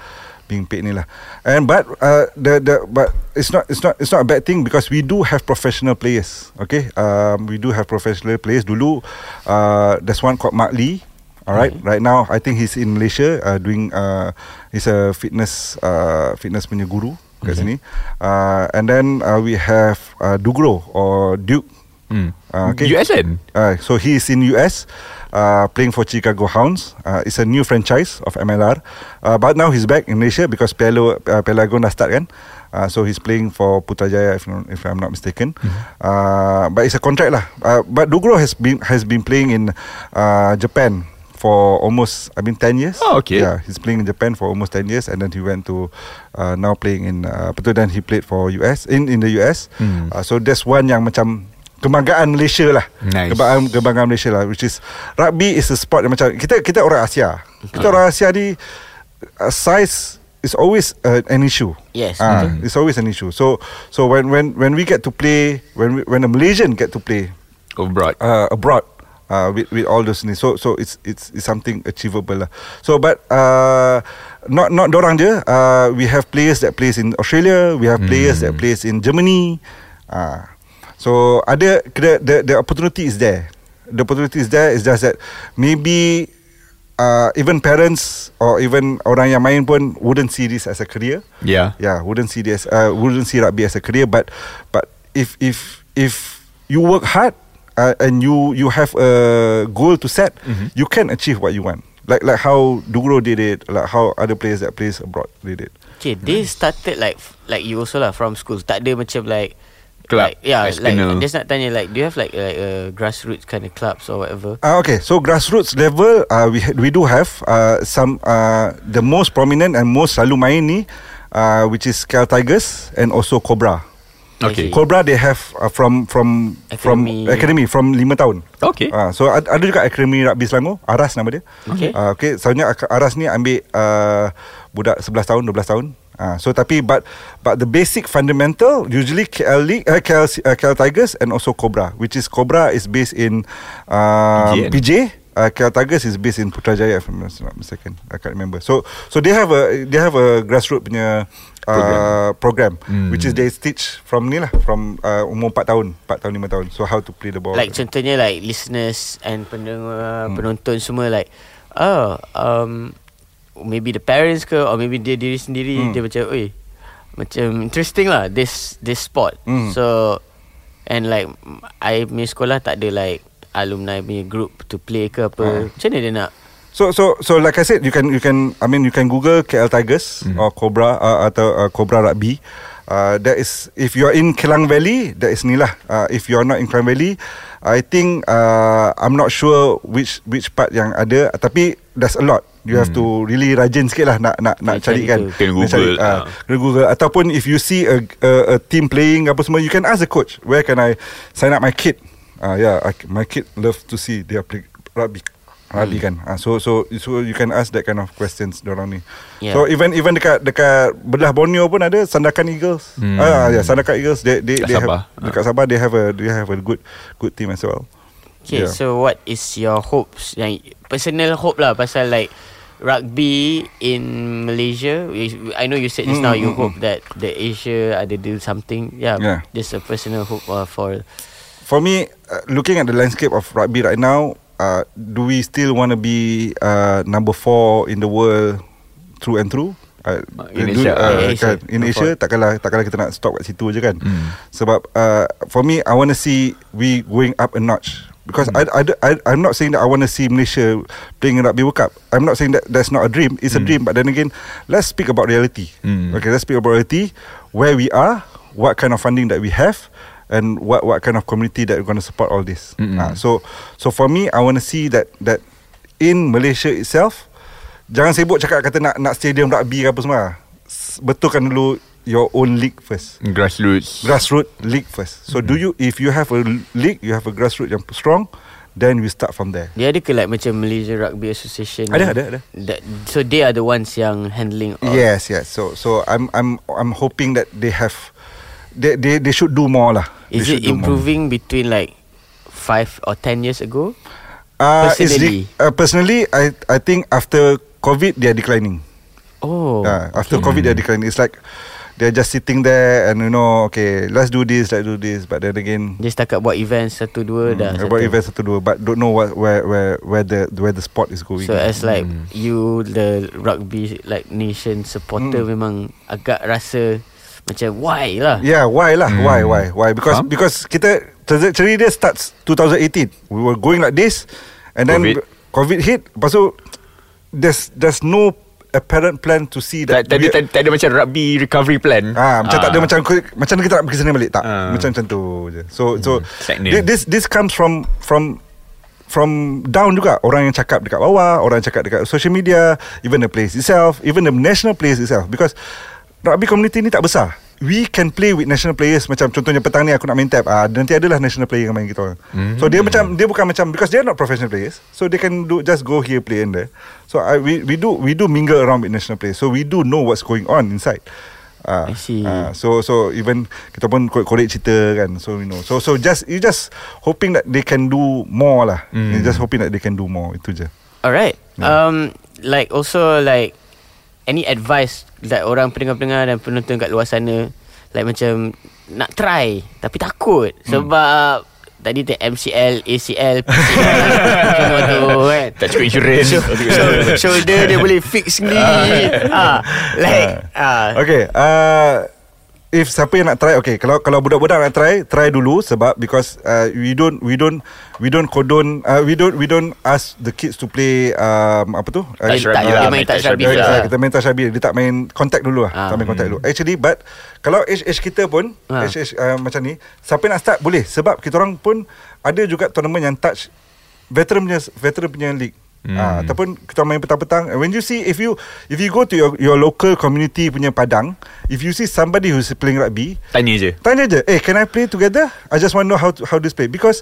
being paid ni lah and but uh, the the but it's not it's not it's not a bad thing because we do have professional players okay um, we do have professional players dulu uh, there's one called Mark Lee Alright, right now I think he's in Malaysia uh, doing uh, he's a fitness uh, fitness punya guru kat sini. Uh, and then uh, we have uh, Dugro or Duke Hmm. Ah, okay. USN? Uh, so he is in US uh, playing for Chicago Hounds. Uh, it's a new franchise of MLR. Uh, but now he's back in Malaysia because Pelo, uh, Pelagon dah start kan. Uh, so he's playing for Putrajaya if, not- if I'm not mistaken. Mm-hmm. Uh, but it's a contract lah. Uh, but Dugro has been has been playing in uh, Japan for almost I mean 10 years. Oh, okay. Yeah, he's playing in Japan for almost 10 years and then he went to uh, now playing in uh, apa tu then he played for US in in the US. Hmm. Uh, so that's one yang macam kebanggaan Malaysia lah. Nice. Kebanggaan kebanggaan Malaysia lah which is rugby is a sport yang macam kita kita orang Asia. Kita orang Asia ni uh, size is always uh, an issue. Yes, Ah, betul. it's always an issue. So so when when when we get to play when we, when a Malaysian get to play Oh, Abroad. uh, abroad uh, with with all those ni. So so it's it's, it's something achievable lah. So but uh, not not dorang je. Uh, we have players that plays in Australia. We have players that plays in Germany. Uh, so ada the, the the opportunity is there. The opportunity is there. It's just that maybe uh, even parents or even orang yang main pun wouldn't see this as a career Yeah. yeah wouldn't see this uh, wouldn't see rugby as a career but but if if if you work hard uh, and you you have a goal to set you can achieve what you want like like how Dugro did it like how other players that plays abroad did it Okay, they started like like you also lah from school. Tak ada macam like Club, Like, yeah, external. like just nak tanya like do you have like like uh, grassroots kind of clubs or whatever? Uh, okay, so grassroots level uh, we ha- we do have uh, some uh, the most prominent and most selalu main ni uh, which is Cal Tigers and also Cobra. Okay. Cobra they have uh, from from Academy. from academy from 5 tahun. Okay. Ah, so ad- ada juga Academy Rugby Selangor Aras nama dia Okay. Ah, okay Sebenarnya Ak- Aras ni ambil uh, Budak 11 tahun 12 tahun Ah, So tapi But but the basic fundamental Usually KL League uh, KL, C- uh, KL Tigers And also Cobra Which is Cobra is based in uh, PJN. PJ Uh, KL Tigers is based in Putrajaya if I'm not mistaken I can't remember so so they have a they have a grassroots punya uh, program, Hmm. which is they teach from ni lah from uh, umur 4 tahun 4 tahun 5 tahun so how to play the ball Like contohnya like listeners and pendengar hmm. penonton semua like oh um maybe the parents ke or maybe dia diri sendiri Hmm. dia macam oi macam interesting lah this this sport. Hmm. So and like m- I punya sekolah tak ada like alumni punya group to play ke Hmm. apa. Macam mana dia nak? So so so like I said you can you can I mean you can Google KL Tigers or Cobra uh, atau uh, Cobra Rugby. Uh, that is if you are in Kelang Valley that is ni lah. Uh, if you are not in Kelang Valley I think uh, I'm not sure which which part yang ada tapi there's a lot. You have to really rajin sikit lah nak nak nak Cari cari kan. tu. Kena Nak cari, Google, ah, ah. Kena Google ataupun if you see a, a a team playing apa semua you can ask the coach where can I sign up my kid. Ah uh, yeah, I, my kid love to see they are play rugby. Rugby kan. Ah so so so you can ask that kind of questions orang ni. Yeah. Yeah. So even even dekat dekat belah Borneo pun ada Sandakan Eagles. Hmm. Ah yeah, Sandakan Eagles they they Dekat they Sabah. Ah. have dekat Sabah they have a they have a good good team as well. Okay, yeah. Yeah. so what is your hopes? Yang personal hope lah pasal like rugby in Malaysia. You- I know you said just Mm, now mm, you mm, hope that the Asia ada do something. Yeah, Yeah. just a personal hope uh, for. For me, uh, looking at the landscape of rugby right now, uh, do we still want to be uh, number four in the world through and through? Uh, In do- Asia. uh, In Asia. kan, in Number Asia four. takkanlah takkanlah kita nak stop kat situ je kan. Hmm. Sebab uh, for me I want to see we going up a notch Because mm. I, I, don't- I, I'm not saying that I want to see Malaysia playing in Rugby World Cup. I'm not saying that that's not a dream. It's a dream. But then again, let's speak about reality. Mm. Okay, let's speak about reality. Where we are, what kind of funding that we have, and what what kind of community that we're going to support all this. Mm-mm. Ah, so so for me, I want to see that that in Malaysia itself, jangan sibuk cakap kata nak nak stadium rugby ke apa semua. S- Betulkan dulu your own league first Grassroots grassroots league first. So mm-hmm. do you if you have a league, you have a grassroots yang strong, then we start from there. Dia ada ke like macam Malaysia Rugby Association Ada, ada, ada. that, So they are the ones yang handling all. Yes, yes. So so I'm I'm I'm hoping that they have they they they should do more lah. Is it they should do more. improving between like 5 or 10 years ago? Uh, is personally? it- uh, personally, I I think after COVID they are declining. Oh. Uh, after COVID they are declining. It's like they're just sitting there and you know, okay, let's do this, let's do this. But then again, Dia setakat buat event Satu dua dah about settle. Mm, events Hmm, satu dua, but don't know what where where where the where the sport is going. So as like You the rugby Like nation supporter Memang agak rasa Macam why lah Yeah, why lah? Hmm. Why, why, why? Because Faham? because kita trajectory dia starts 2018. We were going like this, and then Covid. COVID hit. Lepas tu, there's there's no apparent plan to see tak, that. tak, ada, we- tak, tak ada macam rugby recovery plan Ah, macam tak ada Ah. macam ke- macam mana kita nak pergi sana balik tak. Ah. Hmm, Macam macam tu je. So so Stagnan. thi- this this comes from from from down juga orang yang cakap dekat bawah, orang yang cakap dekat social media, even the place itself, even the national players itself because rugby community ni tak besar. We can play with national players macam contohnya petang ni aku nak main tap. Ah nanti adalah national player yang main kita orang. So dia Hmm. macam dia bukan macam because they are not professional players. So they can do just go here play and there. So I, we we do we do mingle around with national players. So we do know what's going on inside. Ah, I see. ah, so so even kita pun korek-korek cerita kan. So you know. So so just you just hoping that they can do more lah. Mm. You just hoping that they can do more itu je. Alright. Um, like also like any advice like orang pendengar-pendengar dan penonton kat luar sana like macam nak try tapi takut sebab tadi tu MCL, ACL, PCL semua tu kan. Tak cukup insurans Shou- Shoulder dia boleh fix sendiri. ah, like ah. Okay, uh, if siapa yang nak try, okay, kalau kalau budak-budak nak try, try dulu sebab because uh, we don't we don't we don't condone uh, we don't we don't ask the kids to play um, apa tu? Uh, Eh, Tak, tak, rugby dia lah, main main touch touch rugby rugby pula. lah. Yeah, eh, kita main touch rugby Dia tak main contact dulu lah Ah. Tak main contact dulu Actually but Kalau age, age kita pun Ah. age, age, uh, Macam ni Siapa nak start boleh Sebab kita orang pun Ada juga tournament yang touch Veteran punya Veteran punya league Hmm. Ha, ataupun kita main petang-petang And when you see if you if you go to your your local community punya padang if you see somebody who's playing rugby Tanya je Tanya je Eh can I play together I just want to know how to, how this play Because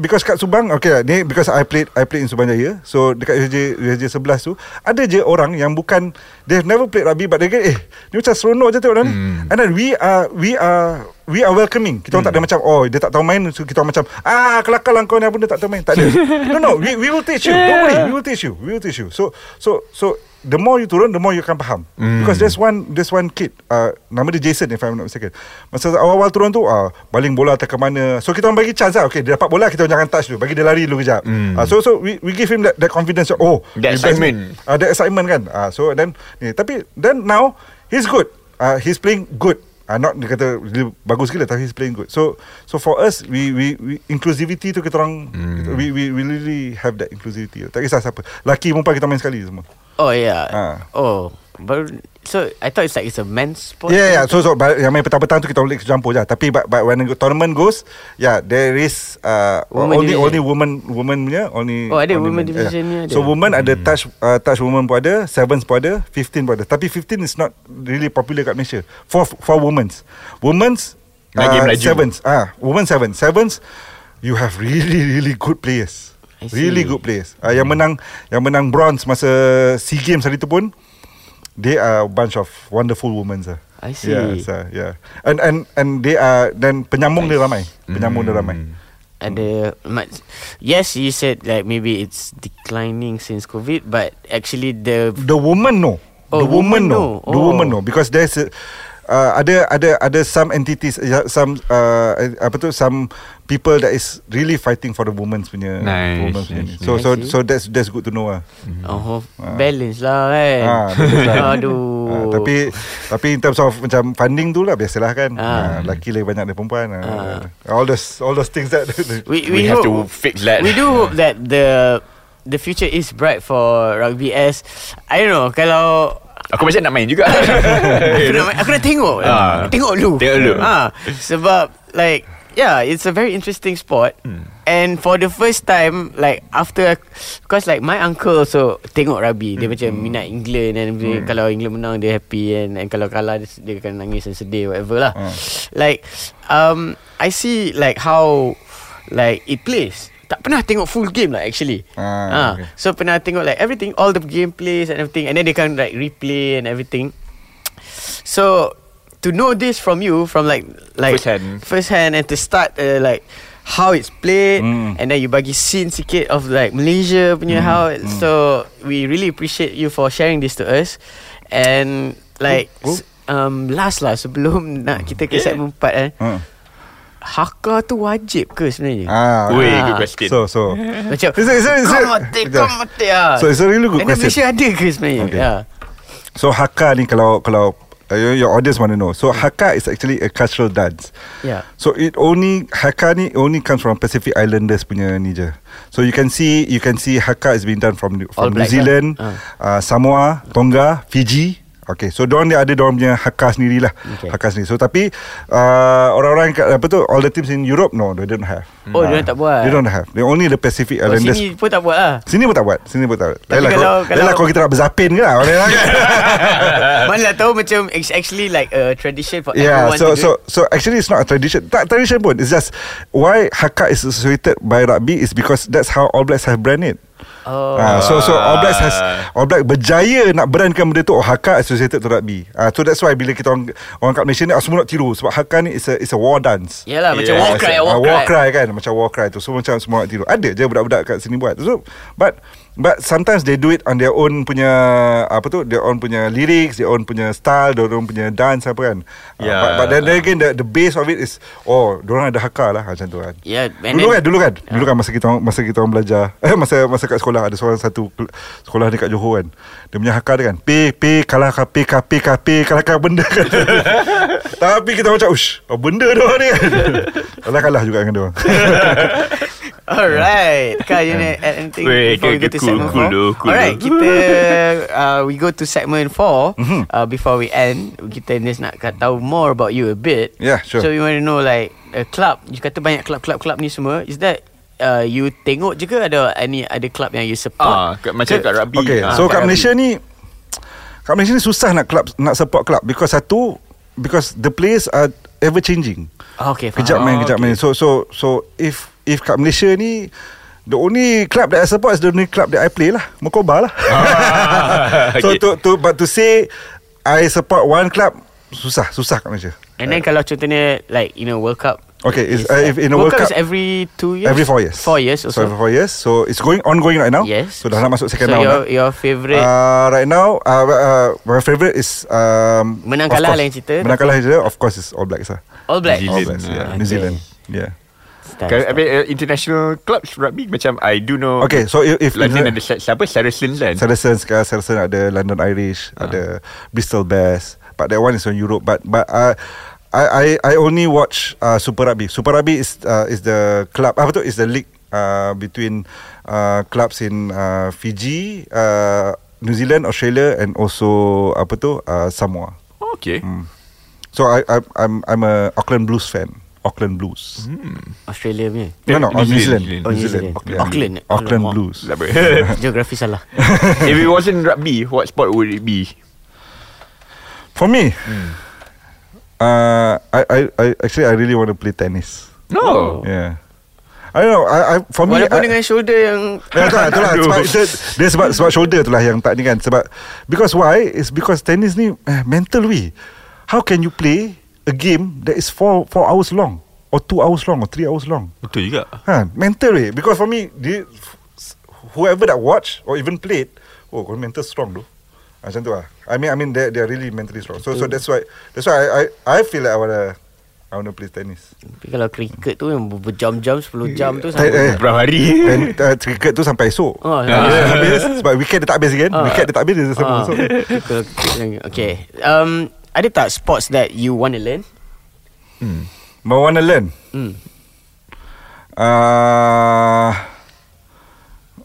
Because kat Subang Okay lah ni Because I played I played in Subang Jaya So dekat USJ USJ 11 tu Ada je orang yang bukan They've never played rugby But they get Eh ni macam seronok je tengok orang ni And then we are We are We are welcoming Kita orang tak ada macam Oh dia tak tahu main so Kita orang macam Ah kelakar lah kau ni Apa dia tak tahu main Tak ada No no we, we will teach you Don't worry We will teach you We will teach you So So So The more you turun The more you akan faham Hmm. mm. Because there's one There's one kid uh, Nama dia Jason If I'm not mistaken Masa awal-awal turun tu uh, Baling bola tak ke mana So kita orang bagi chance lah Okay dia dapat bola Kita orang jangan touch dulu Bagi dia lari dulu kejap mm. uh, So so we, we give him that, that confidence Oh Hmm. That you best- excitement. uh, That excitement kan uh, So then ni, Tapi Then now He's good uh, He's playing good Uh, not dia kata dia bagus gila tapi he's playing good. So so for us we we, we inclusivity tu kita orang Hmm. mm. we we we really have that inclusivity. Tak kisah siapa. Laki perempuan kita main sekali semua. Oh yeah. Ah. Oh. Baru so I thought it's like it's a men's sport. Yeah, yeah. So, so but, yang main petang-petang tu kita boleh campur je. Tapi but, but when the tournament goes, yeah, there is uh, Women only division. only woman woman punya only. Oh, ada only women men. division ni ada. So women ada touch uh, touch women pun ada, sevens pun ada, 15 pun ada. Tapi 15 is not really popular kat Malaysia. For for women's. Women's Lagi Melayu. sevens. Ah, women sevens. Sevens you have really really good players. I see. Really good players. Uh, yang menang yang menang bronze masa SEA Games hari tu pun they are a bunch of wonderful women sir. I see. Yeah, sir, yeah. And and and they are dan penyambung nice. dia ramai. Penyambung dia ramai. Hmm. ada much yes you said like maybe it's declining since covid but actually the The woman no. Oh, the woman, woman no. no. The Oh. woman no because there's a, uh, ada ada ada some entities uh, some uh, apa tu some people that is really fighting for the women's punya Nice, women's punya nice, ni. So nice. so I see. so that's that's good to know lah. oh balance lah kan Ah, balance lah. aduh Ah, tapi tapi in terms of macam funding tu lah biasalah kan. Ah. Ah. lelaki lebih banyak daripada perempuan. Ah. All those all those things that we, We, we have to fix that. We do hope that the the future is bright for rugby as I don't know kalau Aku macam nak main juga. aku nak, aku nak tengok Ah. Tengok dulu Tengok dulu. ha, Sebab Like Yeah It's a very interesting sport And for the first time Like after Because like my uncle also Tengok rugby Dia macam minat England And dia- kalau England menang Dia happy And, and kalau kalah Dia, dia akan nangis and sedih Whatever lah Like um, I see like how Like it plays tak pernah tengok full game lah actually. Ah, Ah, okay. So pernah tengok like everything all the gameplays and everything and then they can like replay and everything. So to know this from you, from like like First hand. first hand, and to start uh, like how it's played, Mm. and then you bagi scene sikit of like Malaysia punya how. it- Mm. So we really appreciate you for sharing this to us, and like Oh, oh. s- um last lah sebelum nak kita ke yeah. segmen 4 eh, Hmm. haka tu wajib ke sebenarnya? Ah. Weh, Ah. good question. So so. Macam Is it- is it- is kau it- mati, Sekejap. kau mati lah. So it's a really good And then Malaysia question. ada ke sebenarnya? Ah. Okay. Yeah. So haka ni kalau kalau uh, your- your audience want to know. So haka is actually a cultural dance. Yeah. So it only Hakka ni only comes from Pacific Islanders punya ni je. So you can see you can see Hakka is being done from All from New Blacks, Zealand, kan? uh. Uh, Samoa, Tonga, Fiji. Okay, so diorang dia ada diorang punya Hakka sendirilah. Okay. Okay. Hakka sendiri. So tapi uh, orang-orang kat, apa tu all the teams in Europe no they don't have. Oh, diorang tak buat. They don't have. They only the Pacific Kalau Islanders. sini pun tak buat lah. Sini pun tak buat Sini pun tak buat Tapi Lain lah kalau- kalau, kalau- lain lah kalau kita nak berzapin ke lah Orang lain kan Mana lah tahu macam It's actually like a tradition For Yeah, everyone Ya, so to do so so actually it's not a tradition. Tak tradition pun. It's just why Hakka is associated by rugby is because that's how All Blacks have brand it. Oh. Ah, so so All Blacks has All Black berjaya nak brandkan benda tu oh, Hakka associated to rugby. Ah, so that's why bila kita orang orang kat Malaysia ni ah, semua nak tiru sebab Hakka ni is a is a war dance. Yelah macam Yeah. war cry Ah, War cry, war cry kan Macam war cry tu So macam semua nak tiru Ada je budak-budak kat sini buat So But But sometimes they do it on their own punya Apa tu Their own punya lyrics Their own punya style Their own punya dance apa kan Ah, Yeah. but, but then, then again the, the base of it is Oh Diorang ada haka lah Macam tu kan Yeah, and Dulu then- kan Dulu kan Dulu kan masa kita orang- Masa kita orang belajar eh, Masa masa kat sekolah Ada seorang satu kel- Sekolah dekat Johor kan Dia punya haka dia kan P P kalah ka P ka P ka P kalah ka benda kan Tapi kita macam Ush oh, Benda dia orang ni kan Kalah kalah juga dengan dia orang Alright Kak you nak add anything Wait, Before we okay, go to cool, segment cool 4 dulu, cool Alright dulu. kita uh, We go to segment 4 Mm-hmm. uh, Before we end Kita just nak kat- tahu More about you a bit Yeah, sure. So we want to know like a Club You kata banyak club-club-club ni semua Is that uh, You tengok je ke Ada any ada club yang you Ah, support kat, macam kat rugby. Okay Ah, so kat rugby. Malaysia ni Kat Malaysia ni susah nak club Nak support club Because satu Because the players are Ever changing Ah, Okay faham Kejap main Ah, Kejap okay. main So so so If If kat Malaysia ni The only club that I support Is the only club that I play lah Mokoba lah Ah, So okay. to, to But to say I support one club Susah Susah kat Malaysia And then kalau contohnya Like in a World Cup Okay is, uh, if In a World World, Cup is every two years? Every four years Four years So also. every four years So it's going ongoing right now Yes. Oh, So dah nak masuk second so round your, lah. your favourite uh, Uh, right now uh, uh, My favourite is um, Menang of kalah course- lain cerita, Menang kalah lain cerita Of course is All Blacks lah All Blacks? New All Zealand. Blacks yeah. Ah, okay. New Zealan Yeah Style, Kat, style. uh, international clubs rugby macam I do know. Kan, Okay so if, if London ada si- siapa? Saracens kan? Saracen sekarang Saracen ada London Irish uh. Ada Bristol Bears But that one is on Europe But but uh, I I I only watch uh, Super Rugby Super Rugby is uh, is the club Apa tu is the league uh, Between uh, Clubs in uh, Fiji uh, New Zealand Australia And also Apa tu uh, Samoa Oh, okay. Hmm. So I, I I'm I'm a Auckland Blues fan Auckland Blues Australia punya No no New Hmm. Eh, New, Zealand, Zealand, Oh, New Zealand. Yeah. Auckland. Auckland Alamak. Blues Tak apa. Geografi salah If it wasn't rugby, what sport would it be? For me, uh, I, I, I actually I really want to play tennis. Oh, No. Yeah, I don't know. I, I for me, uh, Walaupun I, dengan shoulder yang Ya, tak, tu lah, Aduh. sebab, dia, dia sebab, sebab shoulder tu lah yang tak ni kan Sebab Because why Is because tennis ni eh, Mental we How can you play A game That is 4 four hours long Or 2 hours long Or 3 hours long Betul juga. ha, Mental we Because for me dia, Whoever that watch Or even played Oh kau mental strong tu Hmm. Ah, Macam tu lah I mean I mean they, they are really mentally strong So so that's why That's why I I, I feel like I wanna I want to play tennis. Tapi kalau cricket tu yang berjam-jam 10 jam tu Tak- sama. eh, Berapa hari Dan uh, cricket tu sampai esok. Oh, Ah, dia habis sebab weekend dia tak habis kan? Ah. Weekend dia tak habis dia sampai Ah. esok. Kalau cricket yang- Okay um, Ada tak sports that you want to learn? But I want to learn. Hmm. Uh,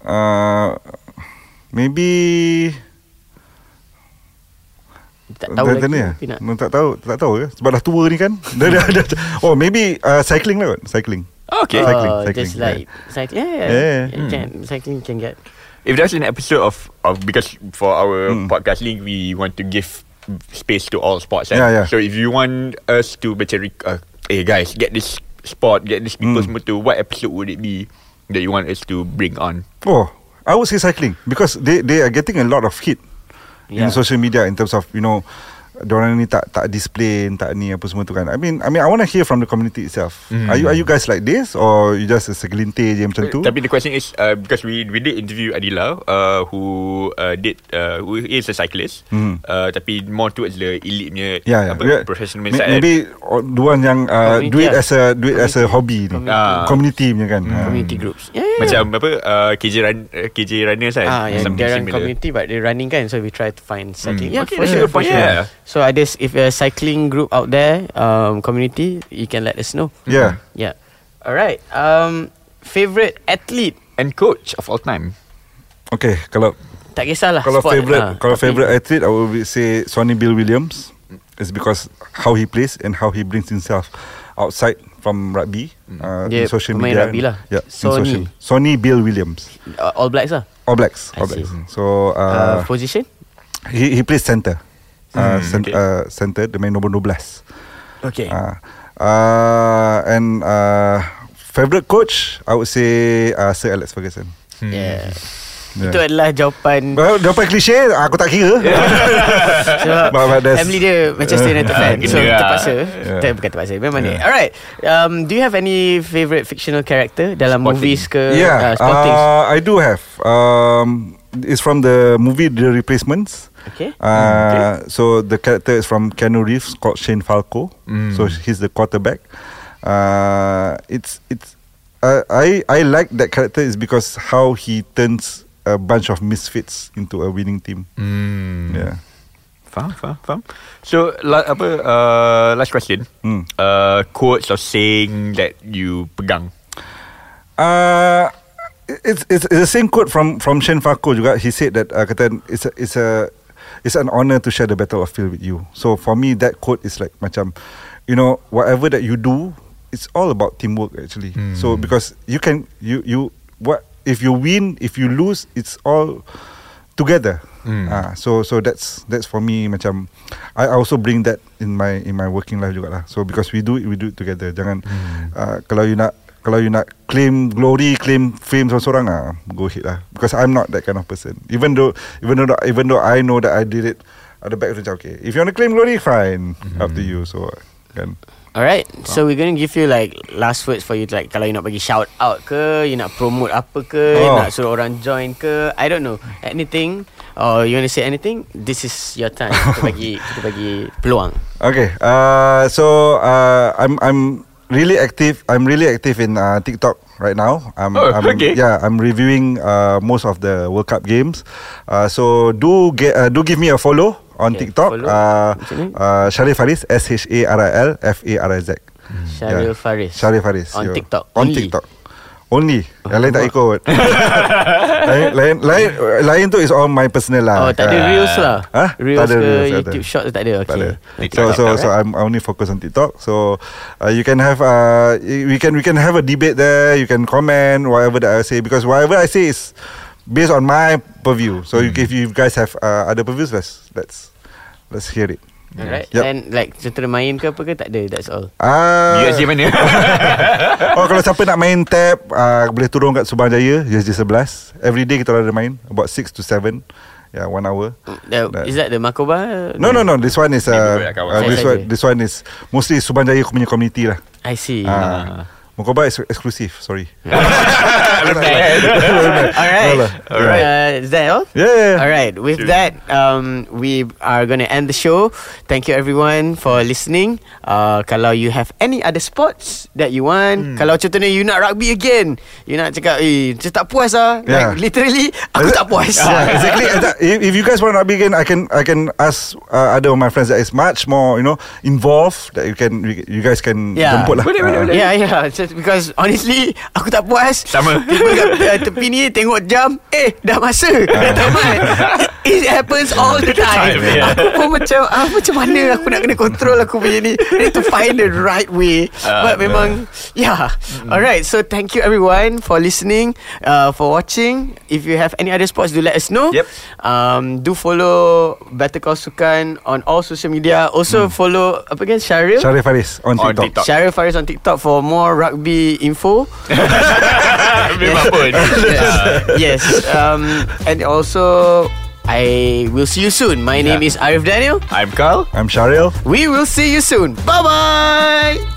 uh, maybe Tak tahu Dah lagi tanya? tapi nak- Tak tahu Tak tahu ke Sebab dah tua ni kan dah, dah, dah, Oh maybe uh, Cycling lah kot Cycling Ah, Okay. Oh, Cycling, cycling, Just like cycling. Yeah, yeah. Yeah, yeah. You Can, cycling can get. If that's an episode of, of because for our Hmm. podcast league, we want to give space to all sports. eh? Yeah, yeah. So if you want us to better, rec- uh, hey guys, get this sport, get this people Mm. semua tu, what episode would it be that you want us to bring on? Oh I would say cycling Because they they are getting a lot of hit Yeah. In social media In terms of you know Diorang ni tak tak display Tak ni apa semua tu kan I mean I mean I want to hear from the community itself Mm. Are you are you guys like this Or you just segelintir je macam Eh, tu Tapi the question is uh, because we we did interview Adila uh, who uh, did uh, who is a cyclist Hmm. uh, tapi more towards the elite punya Yeah, yeah. apa, We- professional may- side. Maybe oh, the one yang uh, Community do it lah. as a do it as a hobby ni. Community. Hmm. Ah. Community punya kan. Ah. Community groups. Yeah, yeah. macam apa uh, KJ run uh, KJ runners kan. Ya, Ah, yeah, Something they're on similar. community but they're running kan so we try to find cycling. Mm. Yeah, Okay, for that's a sure, good for point, sure. yeah. So I guess if a cycling group out there, um, community, you can let us know. Yeah. Yeah. All right. Um, favorite athlete. And coach of all time. Okay, kalau Tak kisahlah kalau sport, favorite ah, kalau tapi- favorite athlete I would say Sonny Bill Williams is because how he plays and how he brings himself outside from rugby uh, Hmm. in Dia social pemain media. rugby lah. Yeah, in Sonny. social. Sonny Bill Williams. uh, All Blacks lah. All Blacks, I All see. Blacks. So Uh, uh, position. he he plays center. Uh, Hmm, cent- okay. uh, center dia main nombor 12. Okay. Uh, uh, and uh, favorite coach, I would say uh, Sir Alex Ferguson. yeah. Hmm. Itu Yeah. adalah jawapan Well, dapat klise aku tak kira. Sebab But- but there's- family dia Manchester United Ah, fan So kena. terpaksa Yeah. Tak bukan terpaksa Memang dia Yeah. Alright um, Do you have any Favourite fictional character Dalam Sporting. movies ke yeah, uh, Sporting uh, I do have. Um, it's from the movie The Replacements. Mm, Okay Uh, So the character is from Keanu Reeves called Shane Falco. So he's the quarterback. Uh, it's it's uh, I I like that character is because how he turns a bunch of misfits into a winning team. Yeah. Hmm. Faham, faham, faham. So, la, apa, uh, last question. Hmm. Uh, quotes or saying that you pegang. Uh, it's, it's it's the same quote from from Shen Fako juga. He said that uh, kata it's a, it's a it's an honor to share the battlefield with you. So for me, that quote is like macam, you know, whatever that you do, it's all about teamwork actually. So because you can you you what if you win, if you lose, it's all together. Ah, so so that's that's for me macam I I also bring that in my in my working life juga lah. So because we do it, we do it together. Jangan ah, kalau you nak kalau you nak claim glory, claim fame seorang-seorang ah, go ahead lah. Because I'm not that kind of person. Even though even though even though I know that I did it at the back of the job, okay. If you want to claim glory, fine. Up to you. So kan. Alright Ah. So we're going to give you like Last words for you to, like Kalau you nak bagi shout out ke You nak promote apa ke you Oh. Nak suruh orang join ke I don't know Anything Or you want to say anything This is your time Kita bagi Kita bagi peluang Okay. Uh, so uh, I'm I'm really active. I'm really active in uh, TikTok right now. I'm, Oh, I'm okay. Yeah, I'm reviewing uh, most of the World Cup games. Uh, so do get uh, do give me a follow on Okay, TikTok. follow. Uh, Macam ni? uh, Sharif Faris S H A R I L F A R I Z. Syaril Yeah. Mm. Faris Sharif Faris On yo. TikTok On only. Oh, TikTok. Only Yang lain tak ikut lain, lain, lain, lain tu is all my personal lah Oh tak ada Ah. reels lah Ha? Reels Tak ada ke reels, tak ada. YouTube shorts tak ada Tak Okay ada. So TikTok, so so alright. I'm I only focus on TikTok. So uh, you can have uh we can we can have a debate there. You can comment whatever that I say because whatever I say is based on my purview. So you, if you guys have uh, other purviews, let's let's let's hear it. Alright Yup. And like Cerita main ke apa ke tak ada That's all Ah, Uh, USG mana? oh kalau siapa nak main tap uh, boleh turun kat Subang Jaya USG 11. Every day kita orang ada main about 6 to 7. Yeah, one hour. The- That- Is that the Makoba No no no, this one is uh, Neighbourhood lah kawan. uh this Saya one saja. this one is mostly Subang Jaya punya community lah. I see Ah. Mukoba is exclusive Sorry Alright. Alright. Alright. Uh, is that all? Yeah, yeah, yeah. Alright. With Sure. that, um, we are going to end the show. Thank you everyone for listening. Uh, kalau you have any other sports that you Hmm. want, kalau contohnya you nak rugby again, you nak cakap, eh, saya tak puas lah. Yeah. Like, literally, aku tak puas. yeah, exactly. And that- If, if you guys want to begin, I can I can ask uh, other of my friends that is much more you know involved that you can you, you guys can Yeah. jemput lah. Boleh, boleh, Ah. boleh. Yeah, yeah. Ya, Just because honestly, aku tak puas. Sama. Tiba kat uh, tepi ni tengok jam, eh dah masa. Dah tamat. It happens all the time. Ah. Time, yeah. Aku pun macam ah, macam mana aku nak kena control aku punya ni. I need to find the right way. Ah, Mm. But memang yeah. Alright, so thank you everyone for listening, uh, for watching. If you have any other sports do let us know. Yep. Um do follow Better Call Sukan on all social media. Mm. Also follow apa again Syaril. Syarif Faris on On TikTok. TikTok. Syaril Faris on TikTok for more rugby info. Memang pun Ah. yes. Um, and also, I will see you soon. My name Yeah. is Arif Daniel. I'm Carl I'm Syaril. We will see you soon. Bye bye.